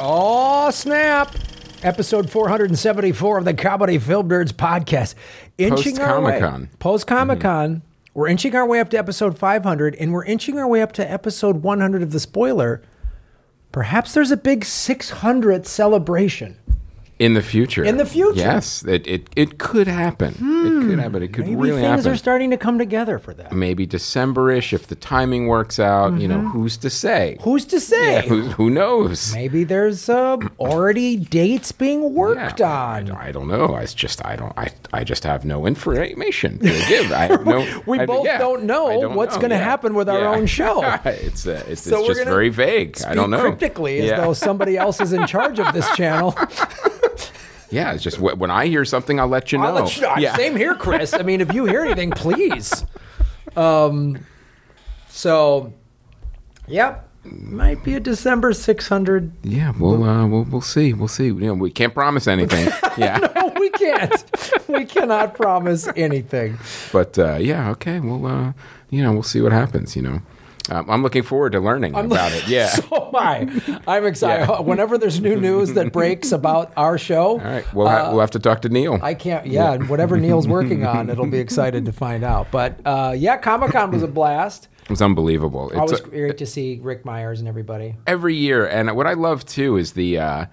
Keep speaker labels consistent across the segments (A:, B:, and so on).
A: Oh, snap. Episode 474 of the Comedy Film Nerds podcast. Inching our way.
B: Post-Comic-Con. Mm-hmm.
A: Post Comic Con. We're inching our way up to episode 500, and we're inching our way up to episode 100 of the spoiler. Perhaps there's a big 600th celebration.
B: In the future.
A: In the future. Hmm.
B: Yes, it it, it could happen. it could happen. It could
A: Maybe
B: really
A: things
B: happen.
A: are starting to come together for that.
B: Maybe December-ish if the timing works out. You know, who's to say?
A: Who's Mm-hmm. to say?
B: Yeah, who, who knows?
A: Maybe there's uh, already dates being worked
B: Yeah, I-
A: on.
B: I, I don't know. I just I don't I, I just have no information to give. I have no.
A: We
B: I-
A: both
B: yeah,
A: don't know
B: I
A: what's gonna happen with our own show.
B: it's uh, it's,
A: So we're
B: it's just
A: gonna
B: very vague. I
A: Speak
B: don't know.
A: Cryptically, as
B: yeah.
A: though somebody else is in charge of this channel.
B: yeah, it's just wh- when I hear something, I'll let you
A: I'll
B: know.
A: let you know.
B: Yeah.
A: Same here, Chris. I mean, if you hear anything, please. Um, so, yep, might be a December 600.
B: Yeah, we'll, uh, we'll we'll see. We'll see. You know, we can't promise anything. Yeah,
A: No, we can't. we cannot promise anything.
B: but uh, yeah, okay. We'll uh, you know we'll see what happens. You know, um, I'm looking forward to learning about it. Yeah.
A: So am I. I'm excited. Whenever there's new news that breaks about our show,
B: All right, we'll ha- we'll have to talk to Neil.
A: I can't. Yeah, and whatever Neil's working on, it'll be excited to find out. But uh, yeah, Comic Con was a blast.
B: it was unbelievable. It's
A: Always
B: uh,
A: great to see Rick Myers and everybody.
B: every year, and what I love too is the. Uh,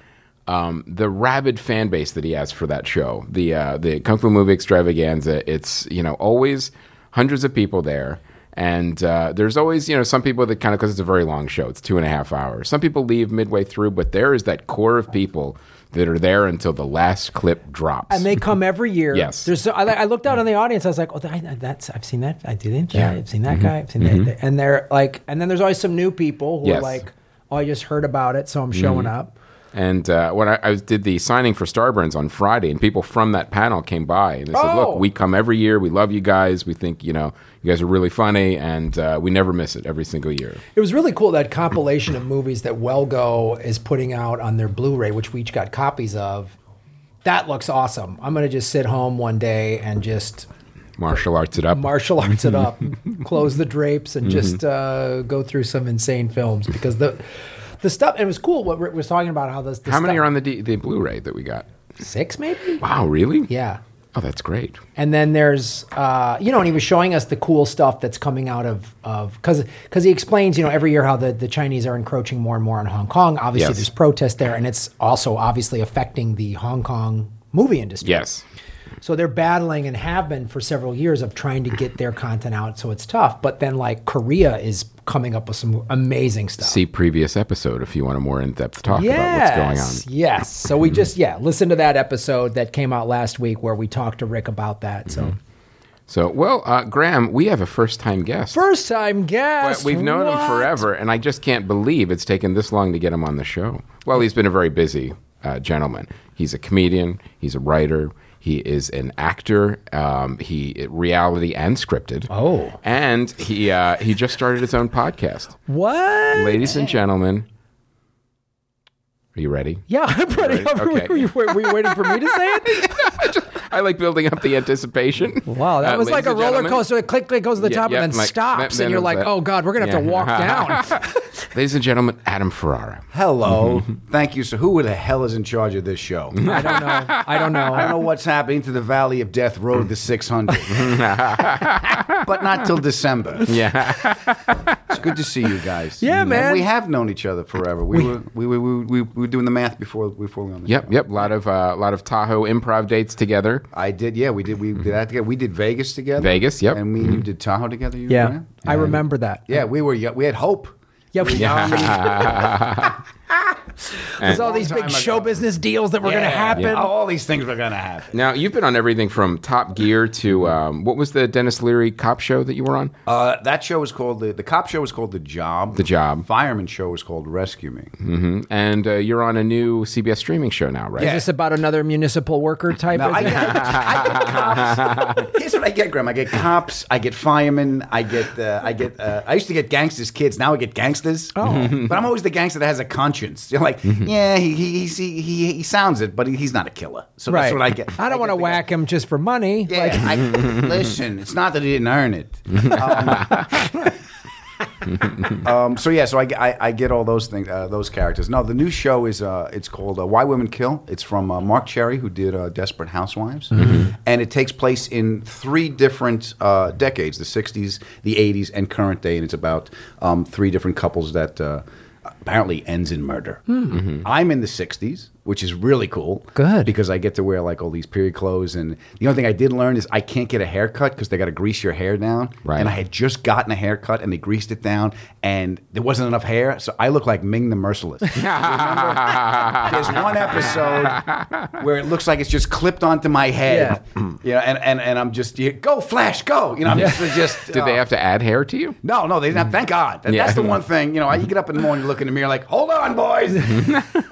B: um, the rabid fan base that he has for that show, the uh, the Kung Fu Movie Extravaganza, it's you know always hundreds of people there, and uh, there's always you know some people that kind of because it's a very long show, it's two and a half hours. Some people leave midway through, but there is that core of people that are there until the last clip drops.
A: And they come every year.
B: Yes.
A: There's. So, I, I looked out on the audience. I was like, oh, I, that's. I've seen that. I did it. Yeah. I've seen that
B: Mm-hmm.
A: guy. I've seen that. And they're like, and then there's always some new people who are
B: Yes. Mm-hmm.
A: like, oh, I just heard about it, so I'm showing up.
B: And uh, when I, I did the signing for Starburns on Friday, and people from that panel came by and they said,
A: Oh.
B: "Look, we come every year. We love you guys. We think you know you guys are really funny, and uh, we never miss it every single year."
A: It was really cool that compilation of movies that Welgo is putting out on their Blu-ray, which we each got copies of. That looks awesome. I'm gonna just sit home one day and just
B: Martial arts it up.
A: martial arts it up, close the drapes, and just uh, go through some insane films because the the stuff. It was cool what Rick was talking about how this. The
B: How many
A: stuff-
B: are on the D- the Blu-ray that we got?
A: six maybe?
B: Wow, really?
A: Yeah.
B: Oh, that's great.
A: And then there's, uh, you know, and he was showing us the cool stuff that's coming out of, of because because he explains, you know, every year how the, the Chinese are encroaching more and more on Hong Kong. Obviously,
B: Yes.
A: there's protests there, and it's also obviously affecting the Hong Kong movie industry.
B: Yes.
A: So they're battling and have been for several years of trying to get their content out, so it's tough. But then like Korea is coming up with some amazing stuff.
B: See previous episode if you want a more in-depth talk about what's going on.
A: Yes. So we just yeah, listen to that episode that came out last week where we talked to Rick about that. So
B: So, well, uh, Graham, we have a first-time guest.
A: first time guest.
B: But we've known
A: What?
B: him forever, and I just can't believe it's taken this long to get him on the show. Well, he's been a very busy uh, gentleman. He's a comedian, he's a writer, he is an actor, um, he reality and scripted.
A: Oh.
B: and he uh, he just started his own podcast,
A: What?
B: ladies and gentlemen. Are you ready?
A: Yeah, I'm ready.
B: Okay.
A: were, you, were you waiting for me to say it?
B: I like building up the anticipation.
A: Wow, that
B: Uh,
A: was like
B: ladies
A: a
B: and
A: roller
B: gentlemen.
A: coaster. It click, click goes to the
B: Yeah,
A: top
B: yeah,
A: and then
B: like,
A: stops,
B: then
A: and you're
B: it's
A: like,
B: that.
A: oh god, we're gonna have to
B: Yeah.
A: walk down.
B: Ladies and gentlemen, Adam Ferrara.
C: Hello.
B: Mm-hmm.
C: Thank you. So, who the hell is in charge of this show? I
A: I don't know. I don't know.
C: don't know what's happening to the Valley of Death Road, the 600. but not till December.
B: Yeah.
C: It's good to see you guys.
A: Yeah,
C: And
A: man.
C: we have known each other forever. We, were, we, we, we, we were doing the math before, before we were on the
B: Yep,
C: show.
B: yep. A lot of uh, lot of Tahoe improv dates together.
C: I did. Yeah, we did. We did that together. We did Vegas together.
B: Mm-hmm. Vegas, yep. Mm-hmm.
C: And we you did Tahoe together. You
A: Yeah,
C: Brian?
A: I remember that.
C: Yeah, we were. yo- We had hope.
A: Yeah, we- there's all
C: Long
A: these big
C: time
A: show
C: ago.
A: business deals that were going to happen.
C: Yeah. All these things were gonna happen.
B: Now you've been on everything from Top Gear to um, what was the Dennis Leary cop show that you were on?
C: Uh, that show was called the the cop show was called the job.
B: The Job. Mm-hmm.
C: Fireman show was called Rescue Me.
B: And uh, you're on a new CBS streaming show now, right?
A: Is this about another municipal worker type?
C: Now,
A: of
C: I
A: thing?
C: get, I get cops. Here's what I get, Graham. I get cops. I get firemen. I get. Uh, I get. Uh, I used to get gangsters kids. Now I get gangsters. Oh. but I'm always the gangster that has a conscience. You're like,
B: Mm-hmm.
C: yeah, he he, he he he sounds it, but he, he's not a killer. So that's what I get.
A: I don't
C: get
A: want to
C: the guy-
A: whack him just for money.
C: Yeah, I, listen. It's not that he didn't earn it. Um, um, so yeah, so I, I, I get all those things, uh, those characters. No, the new show is uh, it's called uh, Why Women Kill. It's from uh, Mark Cherry, who did uh, Desperate Housewives, and it takes place in three different uh, decades: the '60s, the '80s, and current day. And it's about um, three different couples that. Uh, Apparently ends in murder. I'm in the '60s, which is really cool.
A: Good.
C: because I get to wear like all these period clothes, and the only thing I did learn is I can't get a haircut because they got to grease your hair down.
B: Right.
C: And I had just gotten a haircut and they greased it down and there wasn't enough hair. So I look like Ming the Merciless. Remember? There's one episode where it looks like it's just clipped onto my head. You know, and, and, and I'm just, you, go, Flash, go. You know, I'm just. just uh, oh.
B: Did they have to add hair to you?
C: No, no, they didn't. have- Thank God. That-
B: Yeah.
C: That's the one thing. You know, you get up in the morning, you look in the mirror, like, hold on, boys.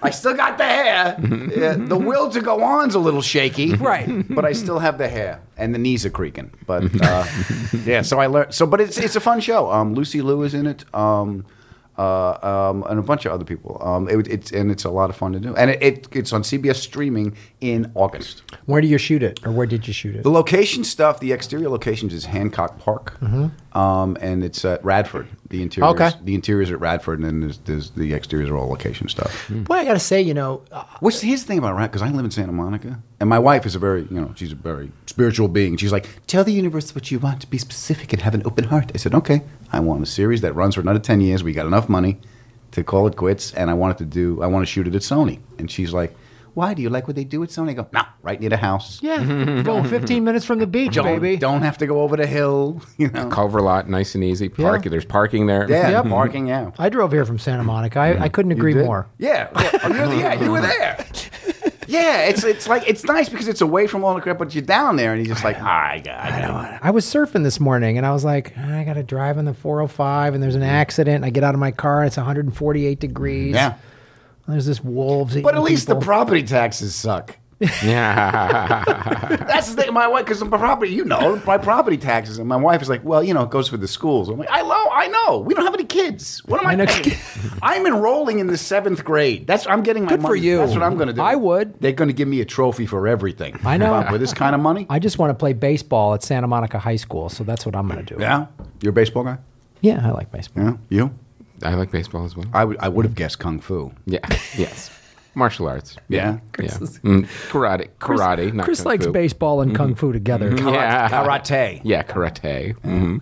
C: I still got the hair. Yeah, the will to go on's a little shaky,
A: Right.
C: But I still have the hair, and the knees are creaking. But uh, yeah, so I learned. So, but it's it's a fun show. Um, Lucy Liu is in it. Um, uh, um, and a bunch of other people. Um, it, it's and it's a lot of fun to do, and it, it it's on CBS streaming in August.
A: Where do you shoot it, or where did you shoot it?
C: The location stuff, the exterior locations is Hancock Park, um, and it's at Radford. The interiors,
A: Mm-hmm. Okay.
C: the interiors at Radford, and then there's, there's the exteriors are all location stuff.
A: Boy, I gotta say, you know, uh,
C: Which here's the thing about Radford, because I live in Santa Monica, and my wife is a very, you know, she's a very spiritual being. She's like, tell the universe what you want, be specific, and have an open heart. I said, okay, I want a series that runs for another ten years. We got enough money to call it quits, and I wanted to do, I want to shoot it at Sony, and she's like. Why do you like what they do at Sony? I go, nah, right near the house.
A: yeah, going 15 minutes from the beach,
C: don't,
A: baby.
C: Don't have to go over the hill, you know.
B: Culver lot, nice and easy. Park.
A: Yeah.
B: There's parking there.
C: Yeah, parking out.
A: I drove here from Santa Monica.
C: Mm-hmm.
A: I, I couldn't agree more.
C: Yeah, yeah. Oh, you're the- yeah, you were there. Yeah, it's it's like it's nice because it's away from all the crap, but you're down there and you're just like, I got. I got
A: I was surfing this morning and I was like, "Ah, I gotta drive on the 405 and there's
C: Mm-hmm.
A: an accident. And I get out of my car and it's 148 degrees.
C: Yeah,
A: There's this wolves.
C: but at least the property taxes suck.
B: Yeah.
C: That's the thing. My wife, because my property, you know, my property taxes, and my wife is like, well, you know, it goes for the schools. I'm like, I know, I know. We don't have any kids. What am I?
A: I know.
C: paying? I'm enrolling in the seventh grade. That's I'm getting my
A: Good for
C: money.
A: you.
C: That's what I'm going to do.
A: I would.
C: They're going to give me a trophy for everything.
A: I know.
C: Bob, with this kind of money.
A: I just want to play baseball at Santa Monica High School, so that's what I'm gonna do.
C: yeah, you're a baseball guy.
A: Yeah, I like baseball.
C: Yeah, you.
B: I like baseball as well.
C: I would I would have guessed kung fu.
B: Yeah. Yes. Martial arts.
C: Yeah.
B: Yeah. Mm, karate. Karate. not
A: Chris
B: kung
A: likes
B: fu. Mm-hmm.
A: baseball and kung fu together.
B: Yeah.
C: Karate.
B: Yeah. Karate. hmm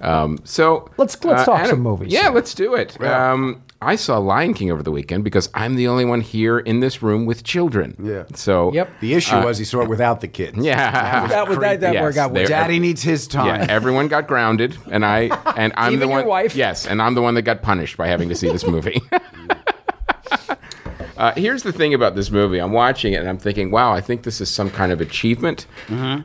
B: Um, so
A: Let's- let's talk some movies.
B: Yeah, let's do it.
C: Yeah.
B: Um, I saw Lion King over the weekend because I'm the only one here in this room with children.
C: Yeah.
B: So
A: Yep.
C: The issue was he saw it without the kids.
B: Uh, Yeah.
A: That was that, that
B: Yes,
A: worked out
B: they-
A: well.
C: Daddy needs his
B: Yeah,
C: time.
B: everyone got grounded, and I and I'm
A: Even
B: the
A: your
B: one.
A: wife?
B: Yes, and I'm the one that got punished by having to see this movie. uh, here's the thing about this movie: I'm watching it and I'm thinking, "Wow, I think this is some kind of achievement."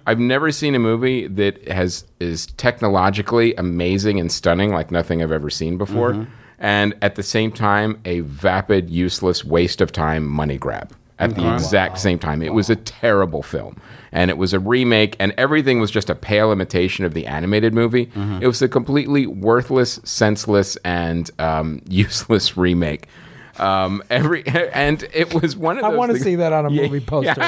B: I've never seen a movie that has is technologically amazing and stunning like nothing I've ever seen before, and at the same time, a vapid, useless waste of time money grab. At the exact same time, it was a terrible film, and it was a remake, and everything was just a pale imitation of the animated movie. It was a completely worthless, senseless, and um, useless remake. Um, every and it was one of
A: I
B: those
A: want to
B: things-
A: see that on a movie poster.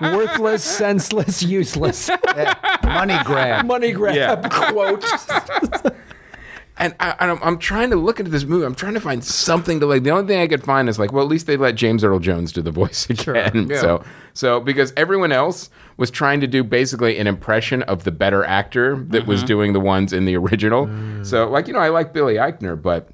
A: Worthless, senseless, useless.
C: Money grab.
A: Money grab
B: Yeah.
A: quote.
B: and I, and I'm, I'm trying to look into this movie. I'm trying to find something to like. The only thing I could find is like, well, at least they let James Earl Jones do the voice again. So, so because everyone else was trying to do basically an impression of the better actor that was
A: Mm-hmm.
B: doing the ones in the original.
A: Mm.
B: So, like, you know, I like Billy Eichner, but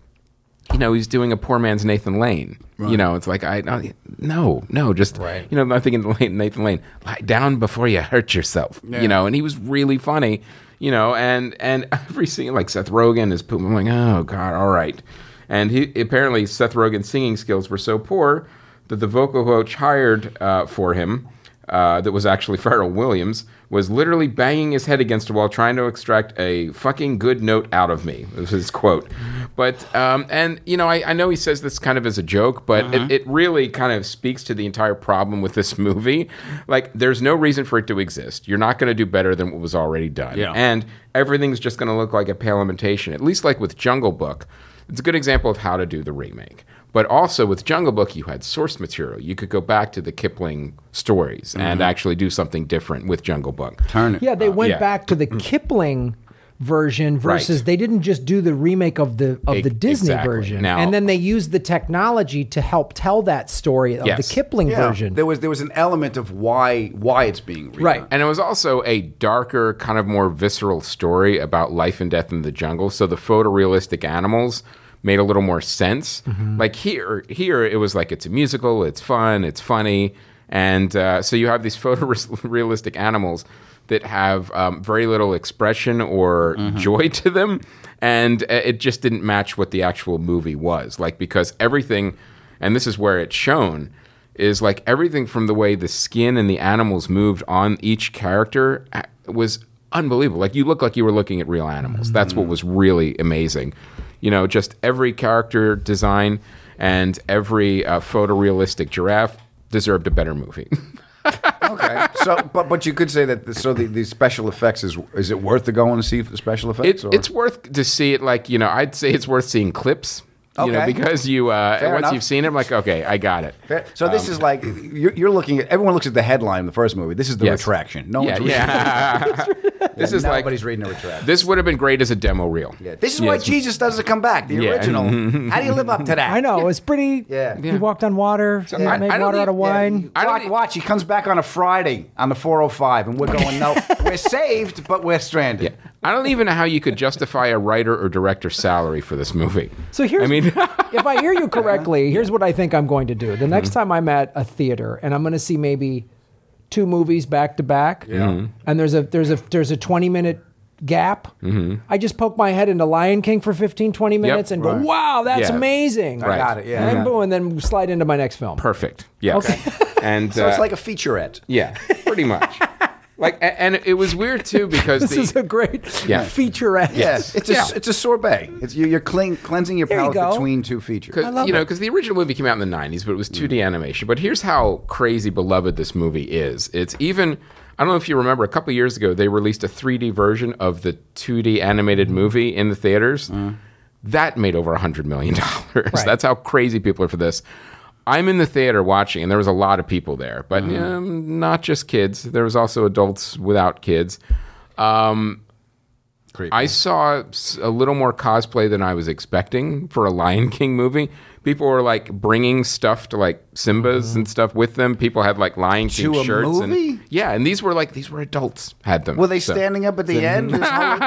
B: you know, he's doing a poor man's Nathan Lane. You know, it's like I I- no, no, just you know, I'm thinking Nathan Lane, lie down before you hurt yourself. You know, and he was really funny. You know, and and every scene like Seth Rogen is pooping. I'm like, oh god, all right. And he apparently Seth Rogen's singing skills were so poor that the vocal coach hired uh, for him. Uh, that was actually Pharrell Williams was literally banging his head against a wall trying to extract a fucking good note out of me. This is his quote. But um, and you know, I, I know he says this kind of as a joke, but it, it really kind of speaks to the entire problem with this movie. Like, there's no reason for it to exist. You're not going to do better than what was already done,
C: Yeah.
B: and everything's just going to look like a pale imitation. At least, like with Jungle Book, it's a good example of how to do the remake. But also with Jungle Book, you had source material. You could go back to the Kipling stories and actually do something different with Jungle Book.
C: Turn it.
A: Yeah, they went
B: yeah. Mm.
A: back to the Kipling version versus
B: Right.
A: they didn't just do the remake of the of the
B: Ex-
A: Disney
B: exactly.
A: version,
B: Now-
A: and then they used the technology to help tell that story of
B: Yes.
A: the Kipling
C: Yeah,
A: version.
C: There was there was an element of why why it's being redone.
A: Right.
B: And it was also a darker, kind of more visceral story about life and death in the jungle. So the photorealistic animals made a little more sense. Like here, here it was like it's a musical, it's fun, it's funny, and uh, so you have these photorealistic animals that have um, very little expression or joy to them, and uh, it just didn't match what the actual movie was. Like because everything, and this is where it's shown is like everything from the way the skin and the animals moved on each character uh, was unbelievable. Like you look like you were looking at real animals. That's
C: Mm-hmm.
B: what was really amazing. You know, just every character design and every uh, photorealistic giraffe deserved a better movie.
C: okay. So, but but you could say that. The, so the, the special effects is is it worth to go and see the special effects?
B: It, it's worth to see it. Like you know, I'd say it's worth seeing clips. You know,
C: Okay.
B: because you uh,
C: Fair
B: once
C: enough.
B: you've seen it, I'm like, okay, I got it.
C: so this
B: Um,
C: is like you're, you're looking at everyone looks at the headline of the first movie. This is the
B: Yes.
C: retraction. No
B: yeah,
C: one's reading.
B: yeah. this is like
C: nobody's reading a retraction.
B: this would have been great as a demo reel.
C: Yeah. This is why Jesus doesn't come back. The
B: Yeah.
C: original. How do you live up to that?
A: I know it's pretty.
C: Yeah.
A: he walked on water, he
B: I-
A: made
B: I don't
A: water
B: think-
A: out of
B: yeah,
A: wine.
C: you-
B: I don't
C: Clock
B: e-
C: watch. He comes back on a Friday on the 405, and we're going, no, we're saved, but we're stranded.
B: Yeah. I don't even know how you could justify a writer or director's salary for this movie.
A: So here's,
B: I mean,
A: if I hear you correctly, here's what I think I'm going to do. The
B: Mm-hmm.
A: next time I'm at a theater and I'm going to see maybe two movies back to back, and there's a there's a there's a 20 minute gap.
B: Mm-hmm.
A: I just poke my head into Lion King for 15 20 minutes and
B: Right.
A: go, "Wow, that's
B: Yeah. Mm-hmm.
A: amazing!"
C: I got it. Yeah.
A: And then boom, and then slide into my next film.
B: perfect. Yes. And
C: So it's
B: uh,
C: like a featurette.
B: yeah, pretty much. Like, a- and it was weird too because
A: This
B: the,
A: is a great
B: Yeah.
A: featurette.
C: Yes, it's a
B: Yeah.
C: it's a sorbet. It's you, you're clean, cleansing your
A: you
C: palate
A: go.
C: between two features.
B: Cause, you know, because the original movie came out in the '90s, but it was 2D animation. But here's how crazy beloved this movie is. It's even I don't know if you remember a couple years ago they released a 3D version of the 2D animated movie in the theaters. That made over hundred million dollars. That's how crazy people are for this. I'm in the theater watching, and there was a lot of people there, but um, not just kids. There was also adults without kids. Um, I saw s- a little more cosplay than I was expecting for a Lion King movie. People were like bringing stuff to like Simba's and stuff with them. People had like Lion King
C: Uh-huh. To a
B: shirts
C: movie?
B: and yeah, and these were like these were adults had them.
C: Were they
B: So
C: standing up at the end? This whole-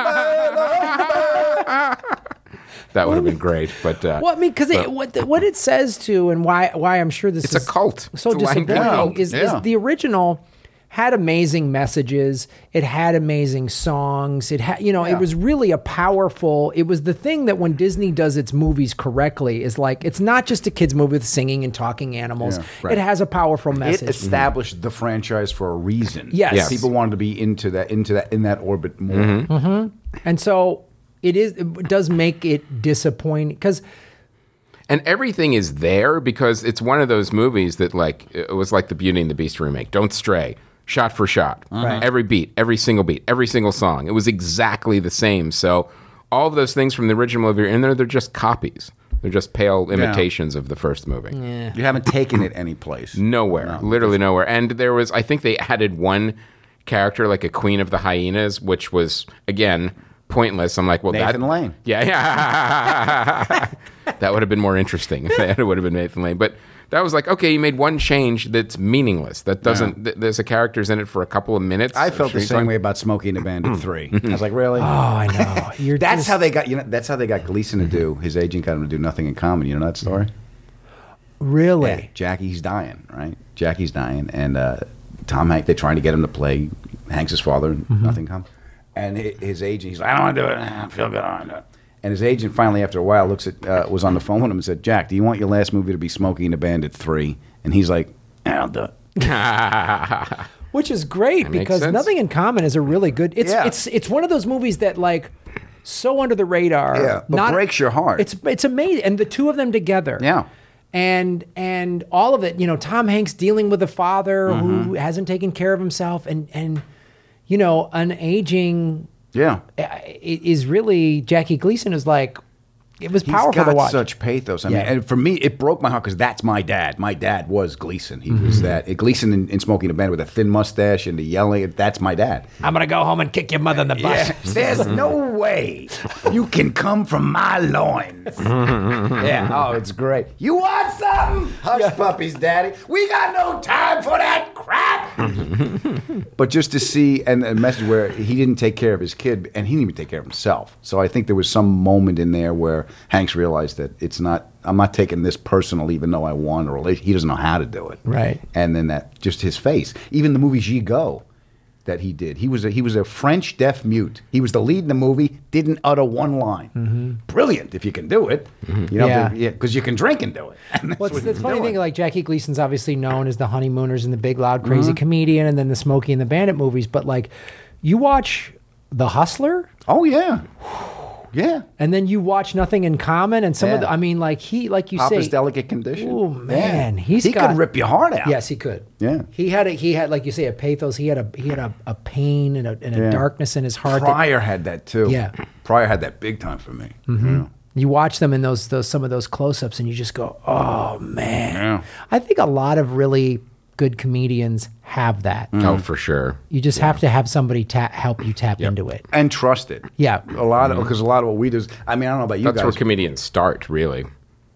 B: That would have been great, but uh,
A: Well, I mean, because
B: but-
A: what what it says to, and why why I'm sure this
B: It's a
A: is
B: cult.
A: So
B: It's a lying
A: disappointing
B: cult.
A: is,
C: Yeah.
A: is the original had amazing messages. It had amazing songs. It had you know it was really a powerful. It was the thing that when Disney does its movies correctly is like it's not just a kids movie with singing and talking animals. It has a powerful
C: it
A: message.
C: established the franchise for a reason.
A: Yes. Yes.
C: people wanted to be into that, into that, in that orbit more.
B: Mm-hmm.
A: and so it is it does make it disappointing because
B: and everything is there because it's one of those movies that like it was like the Beauty and the Beast remake. Don't stray, shot for shot, every beat, every single beat, every single song. It was exactly the same. So all of those things from the original movie are in there. They're just copies. They're just pale imitations of the first movie.
C: You haven't taken it any place.
B: Nowhere, literally nowhere. And there was, I think they added one character, like a queen of the hyenas, which was again pointless. I'm like, well,
C: Nathan
B: that,
C: Lane.
B: yeah, yeah. that would have been more interesting if that would have been Nathan Lane. But that was like, okay, you made one change that's meaningless. That doesn't. Th- there's a character's in it for a couple of minutes.
C: I felt the
B: Screen
C: same
B: time.
C: way about Smokey and the
B: mm-hmm.
C: Bandit Three. I was like, really?
A: oh I know you're
C: That's
A: just-
C: how they got you know. That's how they got Gleason to do. His agent got him to do nothing in common. You know that story?
B: Mm-hmm.
A: really.
C: Jackie's dying, right? Jackie's dying, and uh, Tom Hanks. They're trying to get him to play Hanks' father. and
A: Mm-hmm.
C: Nothing comes. And hi- his agent, he's like, I don't want to do it. I don't feel good. I don't do it. And his agent finally, after a while, looks at uh, was on the phone with him and said, Jack, do you want your last movie to be Smokey and the Bandit Three? And he's like, I don't do it.
A: Which is great
B: makes
A: because
B: sense.
A: Nothing in Common is a really good. It's
C: Yeah.
A: it's it's one of those movies that like so under the radar.
C: Yeah, but breaks your heart.
A: It's it's amazing, and the two of them together.
C: Yeah.
A: And and all of it, you know, Tom Hanks dealing with a father
C: Mm-hmm.
A: who hasn't taken care of himself, and and you know, an aging eh,
C: Yeah.
A: uh, i- is really Jackie Gleason is like it was
C: He's
A: powerful
C: got
A: to watch.
C: such pathos. I mean,
A: Yeah.
C: and for me, it broke my heart because that's my dad. My dad was Gleason. He
A: Mm-hmm.
C: was that Gleason in, in Smoking the Bandit with a thin mustache and the yelling. That's my dad.
A: I'm gonna go home and kick your mother in the butt.
C: Yeah. There's no way you can come from my loins. yeah. Oh, it's great. You want something? Hush puppies, daddy. We got no time for that crap. but just to see and a message where he didn't take care of his kid and he didn't even take care of himself. So I think there was some moment in there where Hanks realized that it's not. I'm not taking this personal, even though I want a relationship. He doesn't know how to do it.
A: Right.
C: And then that just his face. Even the movie Gigot that he did. He was a, he was a French deaf mute. He was the lead in the movie. Didn't utter one line. Brilliant if you can do it. You know,
A: Mm-hmm. Yeah.
C: because you can drink and do it. And that's
A: Well, it's
C: what
A: the
C: he's
A: funny
C: doing.
A: thing, like Jackie Gleason's obviously known as the honeymooners and the big, loud,
C: Mm-hmm.
A: crazy comedian, and then the Smokey and the Bandit movies. But like, you watch The Hustler,
C: oh yeah, yeah.
A: and then you watch Nothing in Common, and some of
C: Yeah.
A: the, I mean, like he, like you
C: Papa's
A: say,
C: delicate condition.
A: Oh, man,
C: yeah.
A: he's
C: he
A: got-
C: could rip your heart out.
A: Yes, he could.
C: Yeah.
A: he had a he had like you say a pathos. He had a he had a, a pain and a, and a
C: Yeah.
A: darkness in his heart. that-
C: Pryor had that too.
A: Yeah. Mm-hmm.
C: Pryor had that big time for me. Yeah.
A: you watch them in those those some of those close ups, and you just go, oh man.
C: Yeah.
A: I think a lot of really good comedians have that.
C: Mm.
B: Oh, for sure.
A: You just have to have somebody ta- help you tap into it.
C: And trust it.
A: Yeah.
C: A lot of because a lot of what we do. Is, I mean, I don't know about you
B: Mm-hmm. That's where
C: guys.
B: comedians start, really.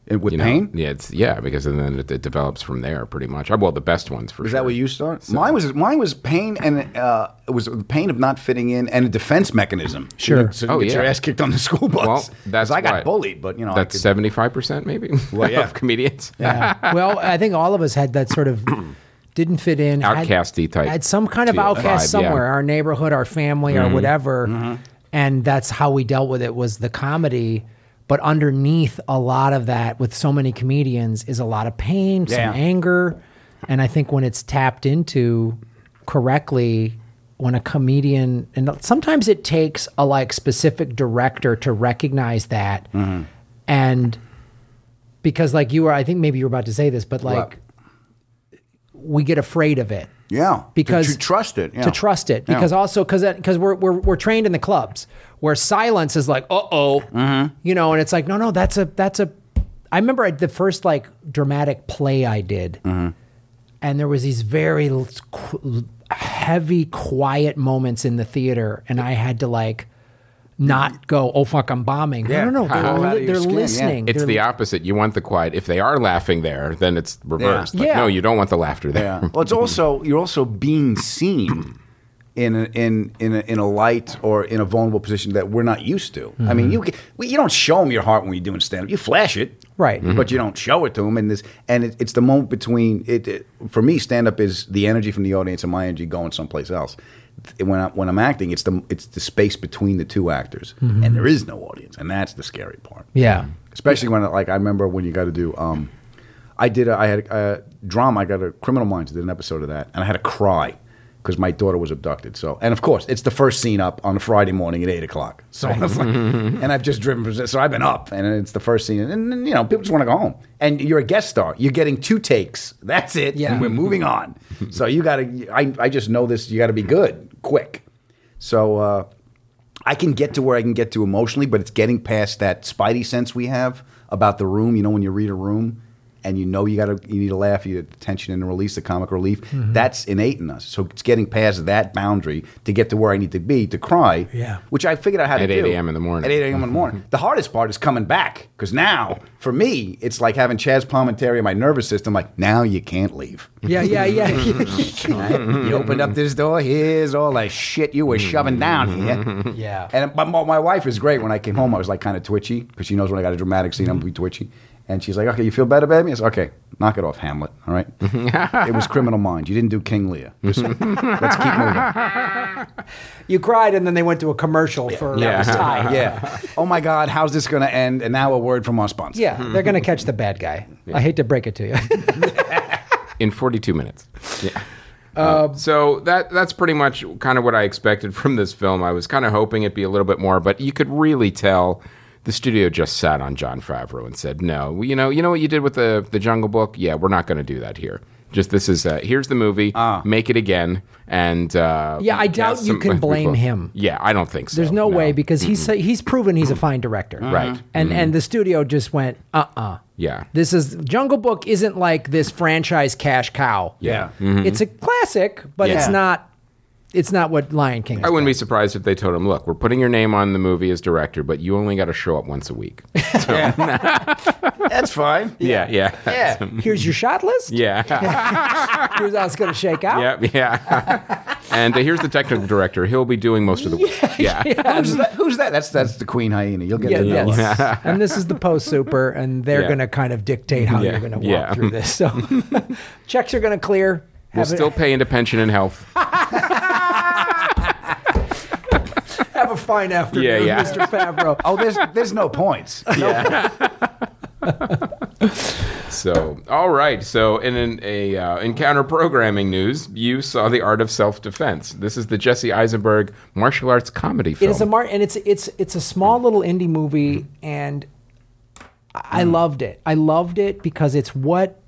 C: and with
B: You know?
C: pain.
B: Yeah, it's yeah, because then it, it develops from there pretty much. Uh, Well, the best ones for
C: Is
B: sure.
C: that where you start? mine was mine was pain and uh, it was the pain of not fitting in and a defense mechanism.
A: Sure.
C: So you
B: Oh,
C: get your
B: yeah.
C: ass kicked on the school bus.
B: Well, that's
C: 'Cause I got
B: why-
C: bullied, but you know Oh, I
B: That's
C: could-
B: seventy five percent, maybe.
C: Well, yeah.
B: of comedians.
A: Yeah. well, I think all of us had that sort of didn't fit in had-
B: Outcasty type
A: Had some kind of
B: feel-
A: outcast
B: vibe, yeah.
A: somewhere, our neighborhood, our family, or whatever. And that's how we dealt with it was the comedy. But underneath a lot of that, with so many comedians, is a lot of pain, some
C: Yeah.
A: anger, and I think when it's tapped into correctly. When a comedian, and sometimes it takes a like specific director to recognize that, and because like you were i think maybe you were about to say this but like we get afraid of it
C: yeah
A: because
C: to, to trust it yeah.
A: to trust it
C: Yeah.
A: because also because because we're, we're we're trained in the clubs where silence is like uh-oh
C: Mm-hmm.
A: you know and it's like no no that's a that's a i remember I, the first like dramatic play i did
C: Mm-hmm.
A: and there was these very l- qu- heavy quiet moments in the theater and i had to like not go oh fuck i'm bombing
C: Yeah.
A: no no no
C: How
A: they're,
C: out of
A: li-
C: your
A: they're
C: skin, yeah.
A: listening
B: It's
A: They're-
B: the opposite. You want the quiet. If they are laughing there, then it's reversed. Like,
A: Yeah.
B: No, you don't want the laughter there.
C: yeah. Well, it's also you're also being seen in a, in in a, in a light or in a vulnerable position that we're not used to. I mean, you ca- we- you don't show them your heart when you're doing stand up. You flash it,
A: Right.
C: But you don't show it to them. And this and it, it's the moment between it, it- For me, stand up is the energy from the audience and my energy going someplace else. Th- When I, when I'm acting, it's the it's the space between the two actors, and there is no audience, and that's the scary part
A: yeah
C: especially when like I remember when you got to do. Um, I did. A, I had a drama. I got a Criminal Minds. Did an episode of that, and I had to cry because my daughter was abducted. So, and of course, it's the first scene up on a Friday morning at eight o'clock. So, I was like, and I've just driven. From, so I've been up, and it's the first scene, and, and you know, people just want to go home. And you're a guest star. You're getting two takes. That's it.
A: Yeah.
C: And we're moving on. so you got to. I I just know this. You got to be good, quick. So. uh I can get to where I can get to emotionally, but it's getting past that spidey sense we have about the room. You know, when you read a room and you know you gotta you need to laugh, you need the tension and the release, the comic relief. That's innate in us. So it's getting past that boundary to get to where I need to be to cry.
A: Yeah.
C: Which I figured out how
B: At
C: to
B: 8
C: do.
B: a.m. in the morning.
C: At 8 a.m. in the morning. The hardest part is coming back. Because now, for me, it's like having Chaz Palminteri in my nervous system, like, now you can't leave.
A: yeah yeah yeah
C: you opened up this door. Here's all the shit you were shoving down here.
A: Yeah.
C: And my, my my wife is great. When I came home, I was like kind of twitchy because she knows when I got a dramatic scene, I'm gonna be twitchy. And she's like, "Okay, you feel better, baby?" I said, "Okay, knock it off, Hamlet. All right." it was Criminal Minds. You didn't do King Lear. Just- Let's keep moving.
A: You cried, and then they went to a commercial for
B: Yeah.
A: yeah. time.
C: Yeah. Oh my God, how's this going to end? And now a word from our sponsor.
A: Yeah, they're going to catch the bad guy. I hate to break it to you.
B: in 42 minutes. Yeah. Uh, so that that's pretty much kind of what I expected from this film. I was kind of hoping it'd be a little bit more, but you could really tell the studio just sat on John Favreau and said, "No, you know, you know what you did with the the Jungle Book? Yeah, we're not going to do that here. Just this is uh, here's the movie. Make it again. And uh,
A: Yeah, I doubt
B: cast
A: you
B: some
A: can blame
B: people.
A: him.
B: Yeah, I don't think so.
A: There's no, way because he's he's proven he's a fine director,
B: Mm-hmm. Right.
A: And and the studio just went, uh, uh
B: Yeah.
A: This is Jungle Book isn't like this franchise cash cow.
C: Yeah.
B: Mm-hmm.
A: it's a classic, but it's
C: Yeah.
A: not. It's not what Lion King. Is.
B: I wouldn't be surprised if they told him, "Look, we're putting your name on the movie as director, but you only got to show up once a week."
C: Mm. That's fine.
B: yeah, yeah,
C: Yeah.
A: Here's your shot list.
B: yeah,
A: Here's how it's going to shake out.
B: yeah, yeah. and uh, here's the technical director. He'll be doing most of the work. Yeah,
C: Who's that? Who's that? That's that's the queen hyena. You'll get
A: Yeah,
C: to know her.
A: yes. and this is the post super, and they're
B: Yeah.
A: going to kind of dictate how
B: Yeah.
A: you're going to walk
B: Yeah.
A: through this. So checks are going to clear.
B: we'll
A: Have,
B: still
A: a,
B: pay into pension and health.
A: have a fine afternoon,
B: Yeah, yeah.
A: Mr. Favreau.
C: Oh, there's there's no points.
B: So, all right. So, in an, a uh, encounter programming news, you saw the art of self defense. This is the Jesse Eisenberg martial arts comedy
A: It
B: film.
A: is a mar- and it's it's it's a small little indie movie, and I I loved it. I loved it because it's what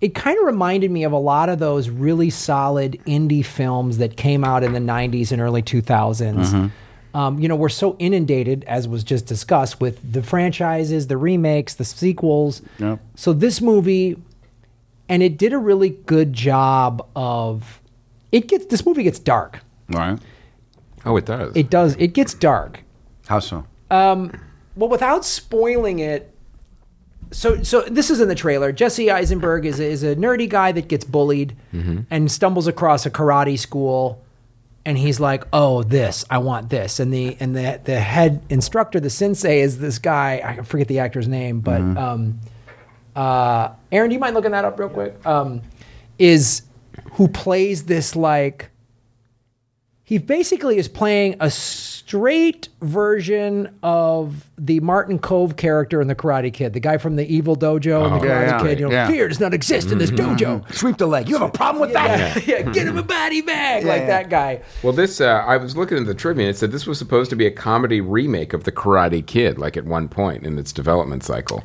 A: it kind of reminded me of a lot of those really solid indie films that came out in the 90s and early 2000s. Um, you know, we're so inundated, as was just discussed, with the franchises, the remakes, the sequels.
C: Yep.
A: So this movie, and it did a really good job of it gets this movie gets dark.
C: All right.
B: oh, it does.
A: It does. It gets dark
C: How so?
A: Uh, well without spoiling it so so this is in the trailer jesse eisenberg is, is a nerdy guy that gets bullied and stumbles across a karate school and he's like oh this i want this and the and the, the head instructor the sensei is this guy i forget the actor's name but um uh aaron do you mind looking that up real quick um is who plays this like he basically is playing a straight version of the Martin Cove character in The Karate Kid, the guy from the Evil Dojo and the
C: Oh,
A: Karate
C: Yeah, yeah,
A: Kid. You know,
C: yeah. Mm-hmm.
A: fear does not exist in this dojo.
C: Sweep the leg. You have a problem with that?
A: Yeah, get him a body bag like
C: yeah.
A: that guy.
B: well, this uh, I was looking at the trivia. and It said this was supposed to be a comedy remake of the Karate Kid, like at one point in its development cycle.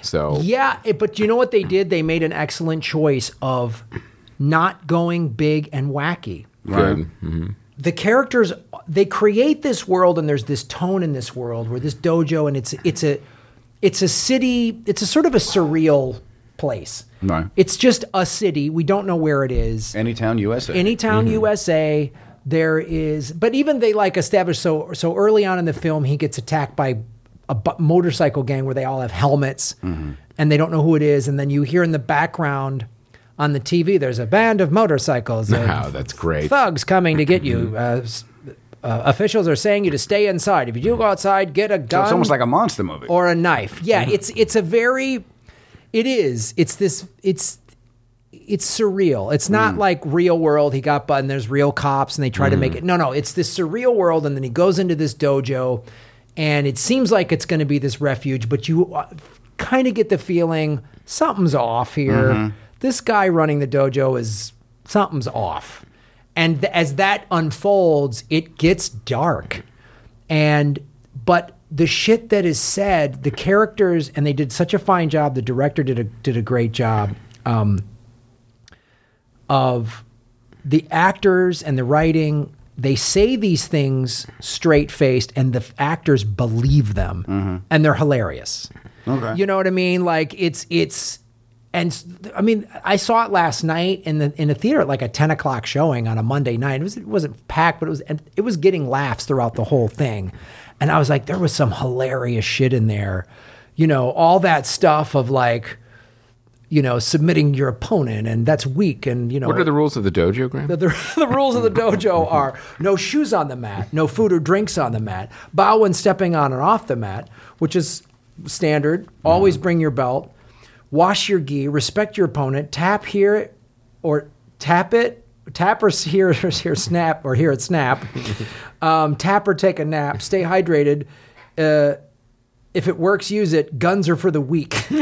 B: So,
A: Yeah, it, but you know what they did? They made an excellent choice of not going big and wacky.
B: good.
A: the characters they create this world and there's this tone in this world where this dojo and it's it's a it's a city it's a sort of a surreal place
C: Right.
A: it's just a city we don't know where it is
C: Anytown, USA.
A: Anytown, USA. There is, but even they like establish so so early on in the film, he gets attacked by a bu- motorcycle gang where they all have helmets and they don't know who it is, and then you hear in the background on the TV, there's a band of motorcycles. and
B: Wow, that's great.
A: Thugs coming to get
C: Mm-hmm.
A: you. Uh, s- uh, officials are saying you to stay inside. If you do go outside, get a
C: So
A: gun
C: it's almost like Mm-hmm. a monster movie.
A: or a knife. Yeah, it's it's a very it is. It's this it's it's surreal. It's not like real world. He got but and there's real cops and they try to make it. No, no, it's this surreal world and then he goes into this dojo and it seems like it's going to be this refuge, but you uh, kind of get the feeling something's off here. This guy running the dojo is something's off. And th- as that unfolds, it gets dark. And but the shit that is said, the characters, and they did such a fine job. The director did a did a great job um, of the actors and the writing. They say these things straight faced, and the f- actors believe them, and they're hilarious.
C: Okay.
A: you know what I mean? Like it's it's. And s- I mean, I saw it last night in the in a theater at like a ten o'clock showing on a Monday night. It was it wasn't packed, but it was and it was getting laughs throughout the whole thing, and I was like, there was some hilarious shit in there, you know, all that stuff of like, you know, submitting your opponent and that's weak and you know
B: What are the rules of the dojo, Graham?
A: the, the, the rules of the dojo are no shoes on the mat, no food or drinks on the mat, bow when stepping on and off the mat, which is standard. Always bring your belt, wash your gi, respect your opponent, tap here or tap it, tap or s- hear, or hear snap or hear it snap, um, tap or take a nap, stay hydrated. Uh, if it works, use it. Guns are for the weak.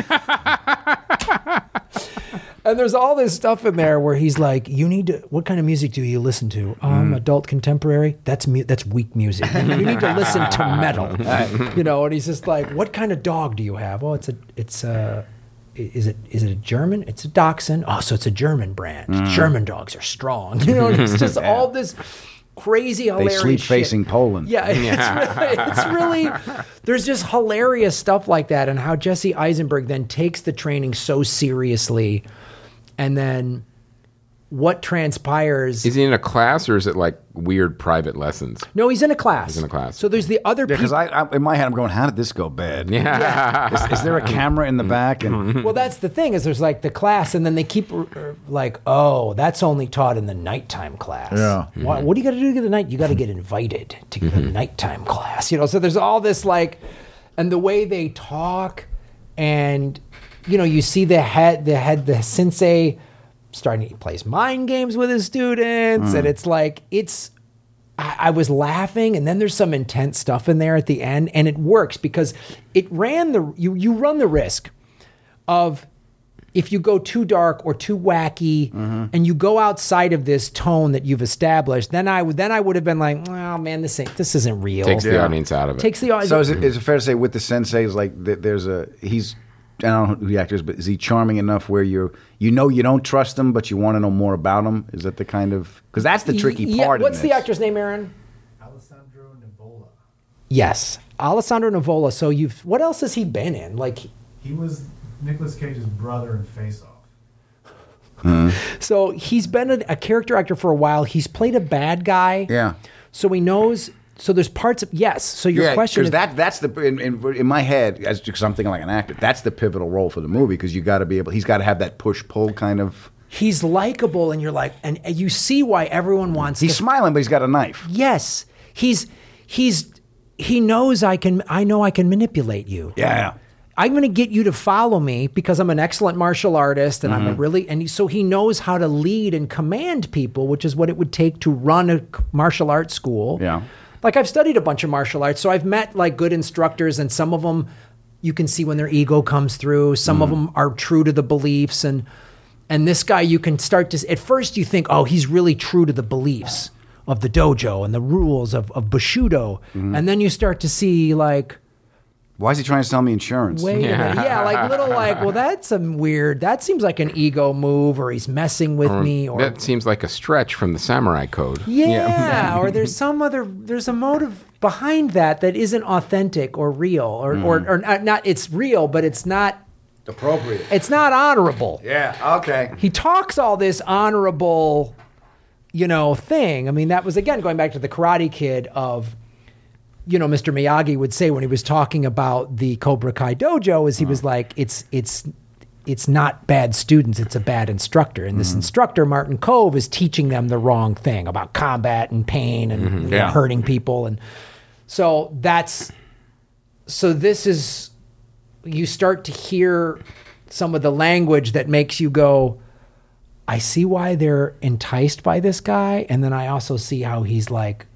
A: And there's all this stuff in there where he's like, "You need to. What kind of music do you listen to?
C: Mm.
A: Um, adult contemporary. That's mu- that's weak music. you need to listen to metal. you know." And he's just like, "What kind of dog do you have? Oh, it's a it's a is it is it a German? It's a Dachshund. Oh, so it's a German brand.
C: Mm.
A: German dogs are strong. You know, and it's just all this crazy hilarious.
C: sleep
A: shit.
C: facing Poland.
A: Yeah, it's, really, it's really there's just hilarious stuff like that, and how Jesse Eisenberg then takes the training so seriously, and then what transpires.
B: Is he in a class or is it like weird private lessons?
A: no, he's in a class. He's
B: in a class.
A: So there's the other people.
C: Because I, I, in my head, I'm going, how did this go bad?
B: Yeah.
C: Is, is there a camera in the back? And
A: Well, that's the thing is there's like the class, and then they keep er, er, like, oh, that's only taught in the nighttime class.
C: Yeah.
A: Why, what do you got to do to get a night? You got to get invited to get a nighttime class. You know, so there's all this like, and the way they talk, and you know, you see the head, the head, the sensei starting he plays mind games with his students, and it's like it's. I I was laughing, and then there's some intense stuff in there at the end, and it works because it ran the you you run the risk of if you go too dark or too wacky and you go outside of this tone that you've established, then I would then I would have been like, oh man, this ain't this isn't real.
B: Takes the audience out of it.
A: Takes the audience.
C: so is it, is it fair to say with the senseis, like th- there's a he's I don't know who the actor is, but is he charming enough where you're you know you don't trust him, but you want to know more about him? Is that the kind of because that's the tricky
A: Yeah,
C: part. in
A: What's the
C: this.
A: actor's name, Aaron?
D: Alessandro Nivola.
A: Yes, Alessandro Nivola. So you've what else has he been in? Like,
D: He was Nicolas Cage's brother in Face Off.
A: so he's been a, a character actor for a while. He's played a bad guy.
C: Yeah.
A: So he knows. So there's parts of yes. So your
C: Yeah,
A: question
C: because
A: is
C: that that's the in, in, in my head as because I'm thinking like an actor. That's the pivotal role for the movie because you got to be able. He's got to have that push pull kind of.
A: he's likable, and you're like, and and you see why everyone wants.
C: He's
A: to
C: smiling, but he's got a knife.
A: Yes, he's he's he knows I can. I know I can manipulate you.
C: Yeah.
A: I'm going to get you to follow me because I'm an excellent martial artist, and I'm a really and he, so he knows how to lead and command people, which is what it would take to run a c- martial arts school.
C: Yeah.
A: like I've studied a bunch of martial arts, so I've met like good instructors, and some of them you can see when their ego comes through. Some of them are true to the beliefs, and and this guy you can start to. s- At first, you think, oh, he's really true to the beliefs of the dojo and the rules of of bushido, and then you start to see like.
C: Why is he trying to sell me insurance?
A: Wait yeah. a minute. Yeah, like little like, well, that's a weird. That seems like an ego move, or he's messing with me, or
B: That seems like a stretch from the samurai code.
A: yeah, or there's some other. There's a motive behind that that isn't authentic or real, or or, or not, not. It's real, but it's not.
C: Appropriate.
A: It's not honorable.
C: Yeah. Okay.
A: He talks all this honorable, you know, thing. I mean, that was again going back to the Karate Kid of you know, Mr. Miyagi would say when he was talking about the Cobra Kai dojo is he was like, it's it's it's not bad students, it's a bad instructor. And this instructor, Martin Cove, is teaching them the wrong thing about combat and pain and you know,
C: Yeah.
A: hurting people. And so that's so this is you start to hear some of the language that makes you go, I see why they're enticed by this guy, and then I also see how he's like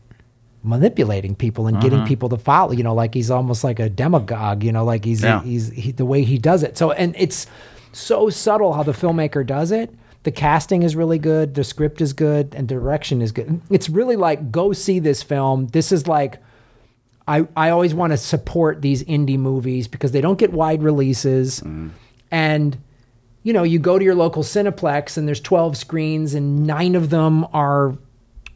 A: manipulating people and getting people to follow. You know, like he's almost like a demagogue. You know, like he's
C: Yeah.
A: he's he, the way he does it. So, and it's so subtle how the filmmaker does it. The casting is really good. The script is good, and direction is good. It's really like go see this film. This is like. I, I always want to support these indie movies because they don't get wide releases.
B: Mm-hmm.
A: And, you know, you go to your local Cineplex and there's 12 screens and nine of them are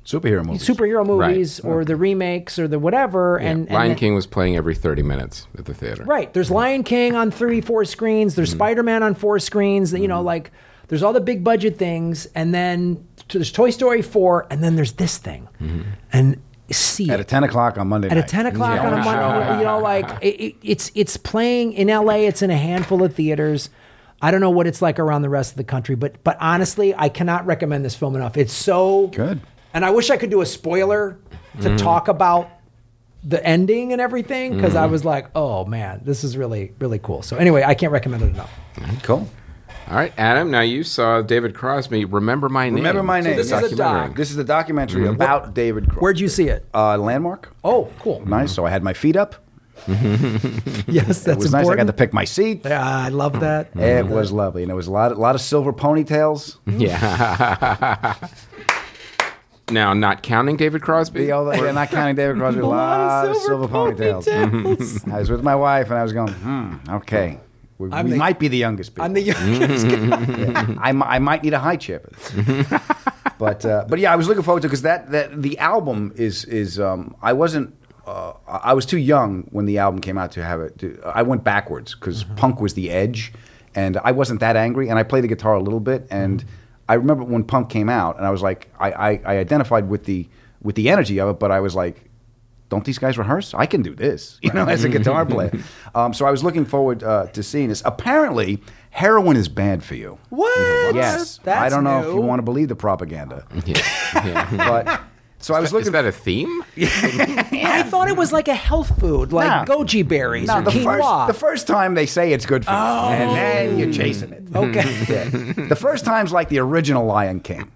C: Superhero movie.
A: superhero movies or the remakes or the whatever.
B: Yeah.
A: And, and
B: Lion
A: then-
B: King was playing every 30 minutes at the theater.
A: Right. There's Lion King on three, four screens.
B: Mm-hmm.
A: There's Spider Man on four screens. You know, like there's all the big budget things. And then there's Toy Story 4. And then there's this thing.
B: Mm-hmm.
A: And see
C: at
A: it
C: a ten o'clock on Monday.
A: at
C: night.
A: a 10 o'clock
B: Yeah.
A: on a Monday. you know, like it, it- it's it's playing in LA. It's in a handful of theaters. I don't know what it's like around the rest of the country, but but honestly, I cannot recommend this film enough. It's so
C: Good.
A: and I wish I could do a spoiler to
B: Mm.
A: talk about the ending and everything because
B: Mm.
A: I was like, oh man, this is really really cool. So anyway, I can't recommend it enough.
C: Mm-hmm. Cool.
B: All right, Adam, now you saw David Crosby, Remember My Name.
C: Remember my
B: So
C: name.
A: this is a
B: documentary.
A: doc. Mm-hmm.
C: This is the documentary about David Cross.
A: Where'd you see it?
C: Uh, landmark.
A: Oh, cool.
C: Nice. So I had my feet up.
A: Yes, that's
C: It was
A: important.
C: nice. I got to pick my seat.
A: Yeah, I love that.
C: It was lovely, and it was a lot, a lot of silver ponytails.
A: Mm-hmm.
B: Yeah. now, not counting David Crosby.
C: The old, yeah, not counting David Crosby, a Mm-hmm. lot, of silver, ponytails. I was with my wife, and I was going, hmm, okay, We,
A: I'm
C: we
A: the-
C: might be the youngest people.
A: I'm the youngest.
C: I, mi- I might need a high chair. but uh, but yeah, I was looking forward to because that, that the album is is um, I wasn't uh, I I was too young when the album came out to have it. To, I went backwards because punk was the edge, and I wasn't that angry. And I played the guitar a little bit, and I remember when punk came out, and I was like, I, I, I identified with the with the energy of it, but I was like, don't these guys rehearse? I can do this, you know, as a guitar player. Um, so I was looking forward uh, to seeing this. Apparently, heroin is bad for you.
A: what?
C: Yes,
A: That's
C: I don't know if
A: new.
C: you want to believe the propaganda,
B: Yeah, yeah.
C: but so I was
B: Is
C: looking.
B: that a theme?
A: I thought it was like a health food, like
C: Nah.
A: goji berries
C: No,
A: or
C: the
A: quinoa. Oh.
C: first, the first time they say it's good for you, and then you're chasing it.
A: okay.
C: Yeah. The first time's like the original Lion King.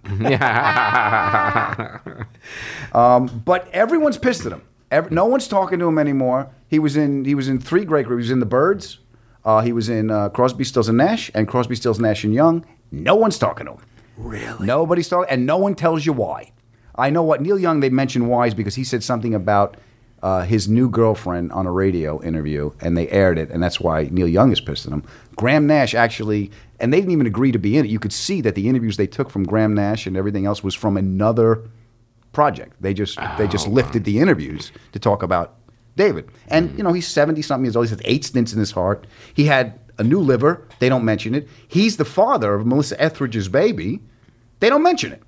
C: um, but everyone's pissed at him. Ev- no one's talking to him anymore. He was in he was in three great groups. He was in the Birds. Uh, he was in uh, Crosby, Stills and Nash, and Crosby, Stills, Nash and Young. No one's talking to him. Really? Nobody's talking, and no one tells you why. I know what Neil Young. They mentioned why is because he said something about uh, his new girlfriend on a radio interview, and they aired it, and that's why Neil Young is pissed at him. Graham Nash actually, and they didn't even agree to be in it. You could see that the interviews they took from Graham Nash and everything else was from another project. They just they just lifted the interviews to talk about David. And you know, he's seventy something years old. He's had eight stints in his heart. He had a new liver. They don't mention it. He's the father of Melissa Etheridge's baby. They don't mention it.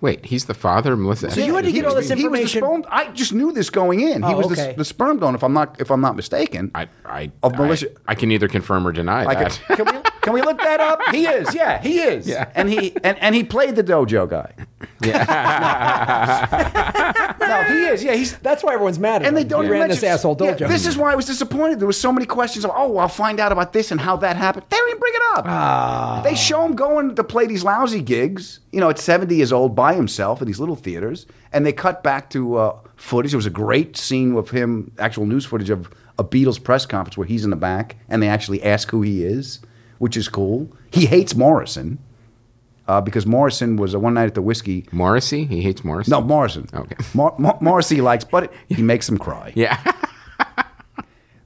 B: Wait, he's the father, of Melissa.
A: So you had to get all this
C: He was the
A: information.
C: sperm, I just knew this going in. he
A: Oh,
C: was the,
A: okay.
C: the sperm donor, if I'm not if I'm not mistaken.
B: I, I,
C: Of
B: I-
C: militia-
B: I, can either confirm or deny
C: I
B: that.
C: could- can, we, can we look that up? He is, yeah, he is.
B: Yeah.
C: And he and, and he played the dojo guy. no. he is, yeah, he's
A: That's why everyone's mad at
C: and
A: him.
C: they don't
A: He
C: even
A: ran this
C: mention-
A: asshole
C: Yeah,
A: dojo.
C: this is why I was disappointed. There were so many questions of, oh, well, I'll find out about this and how that happened. They didn't even bring it up.
A: Ah.
C: They show him going to play these lousy gigs, you know, at 70 years old by himself in these little theaters. And they cut back to uh, footage. It was a great scene with him, actual news footage of a Beatles press conference where he's in the back and they actually ask who he is, which is cool. He hates Morrison uh, because Morrison was uh, one night at the whiskey.
B: Morrissey? He hates Morrissey?
C: No, Morrison.
B: Okay.
C: Mor- Mor- Morrissey likes, but he makes him cry.
B: Yeah.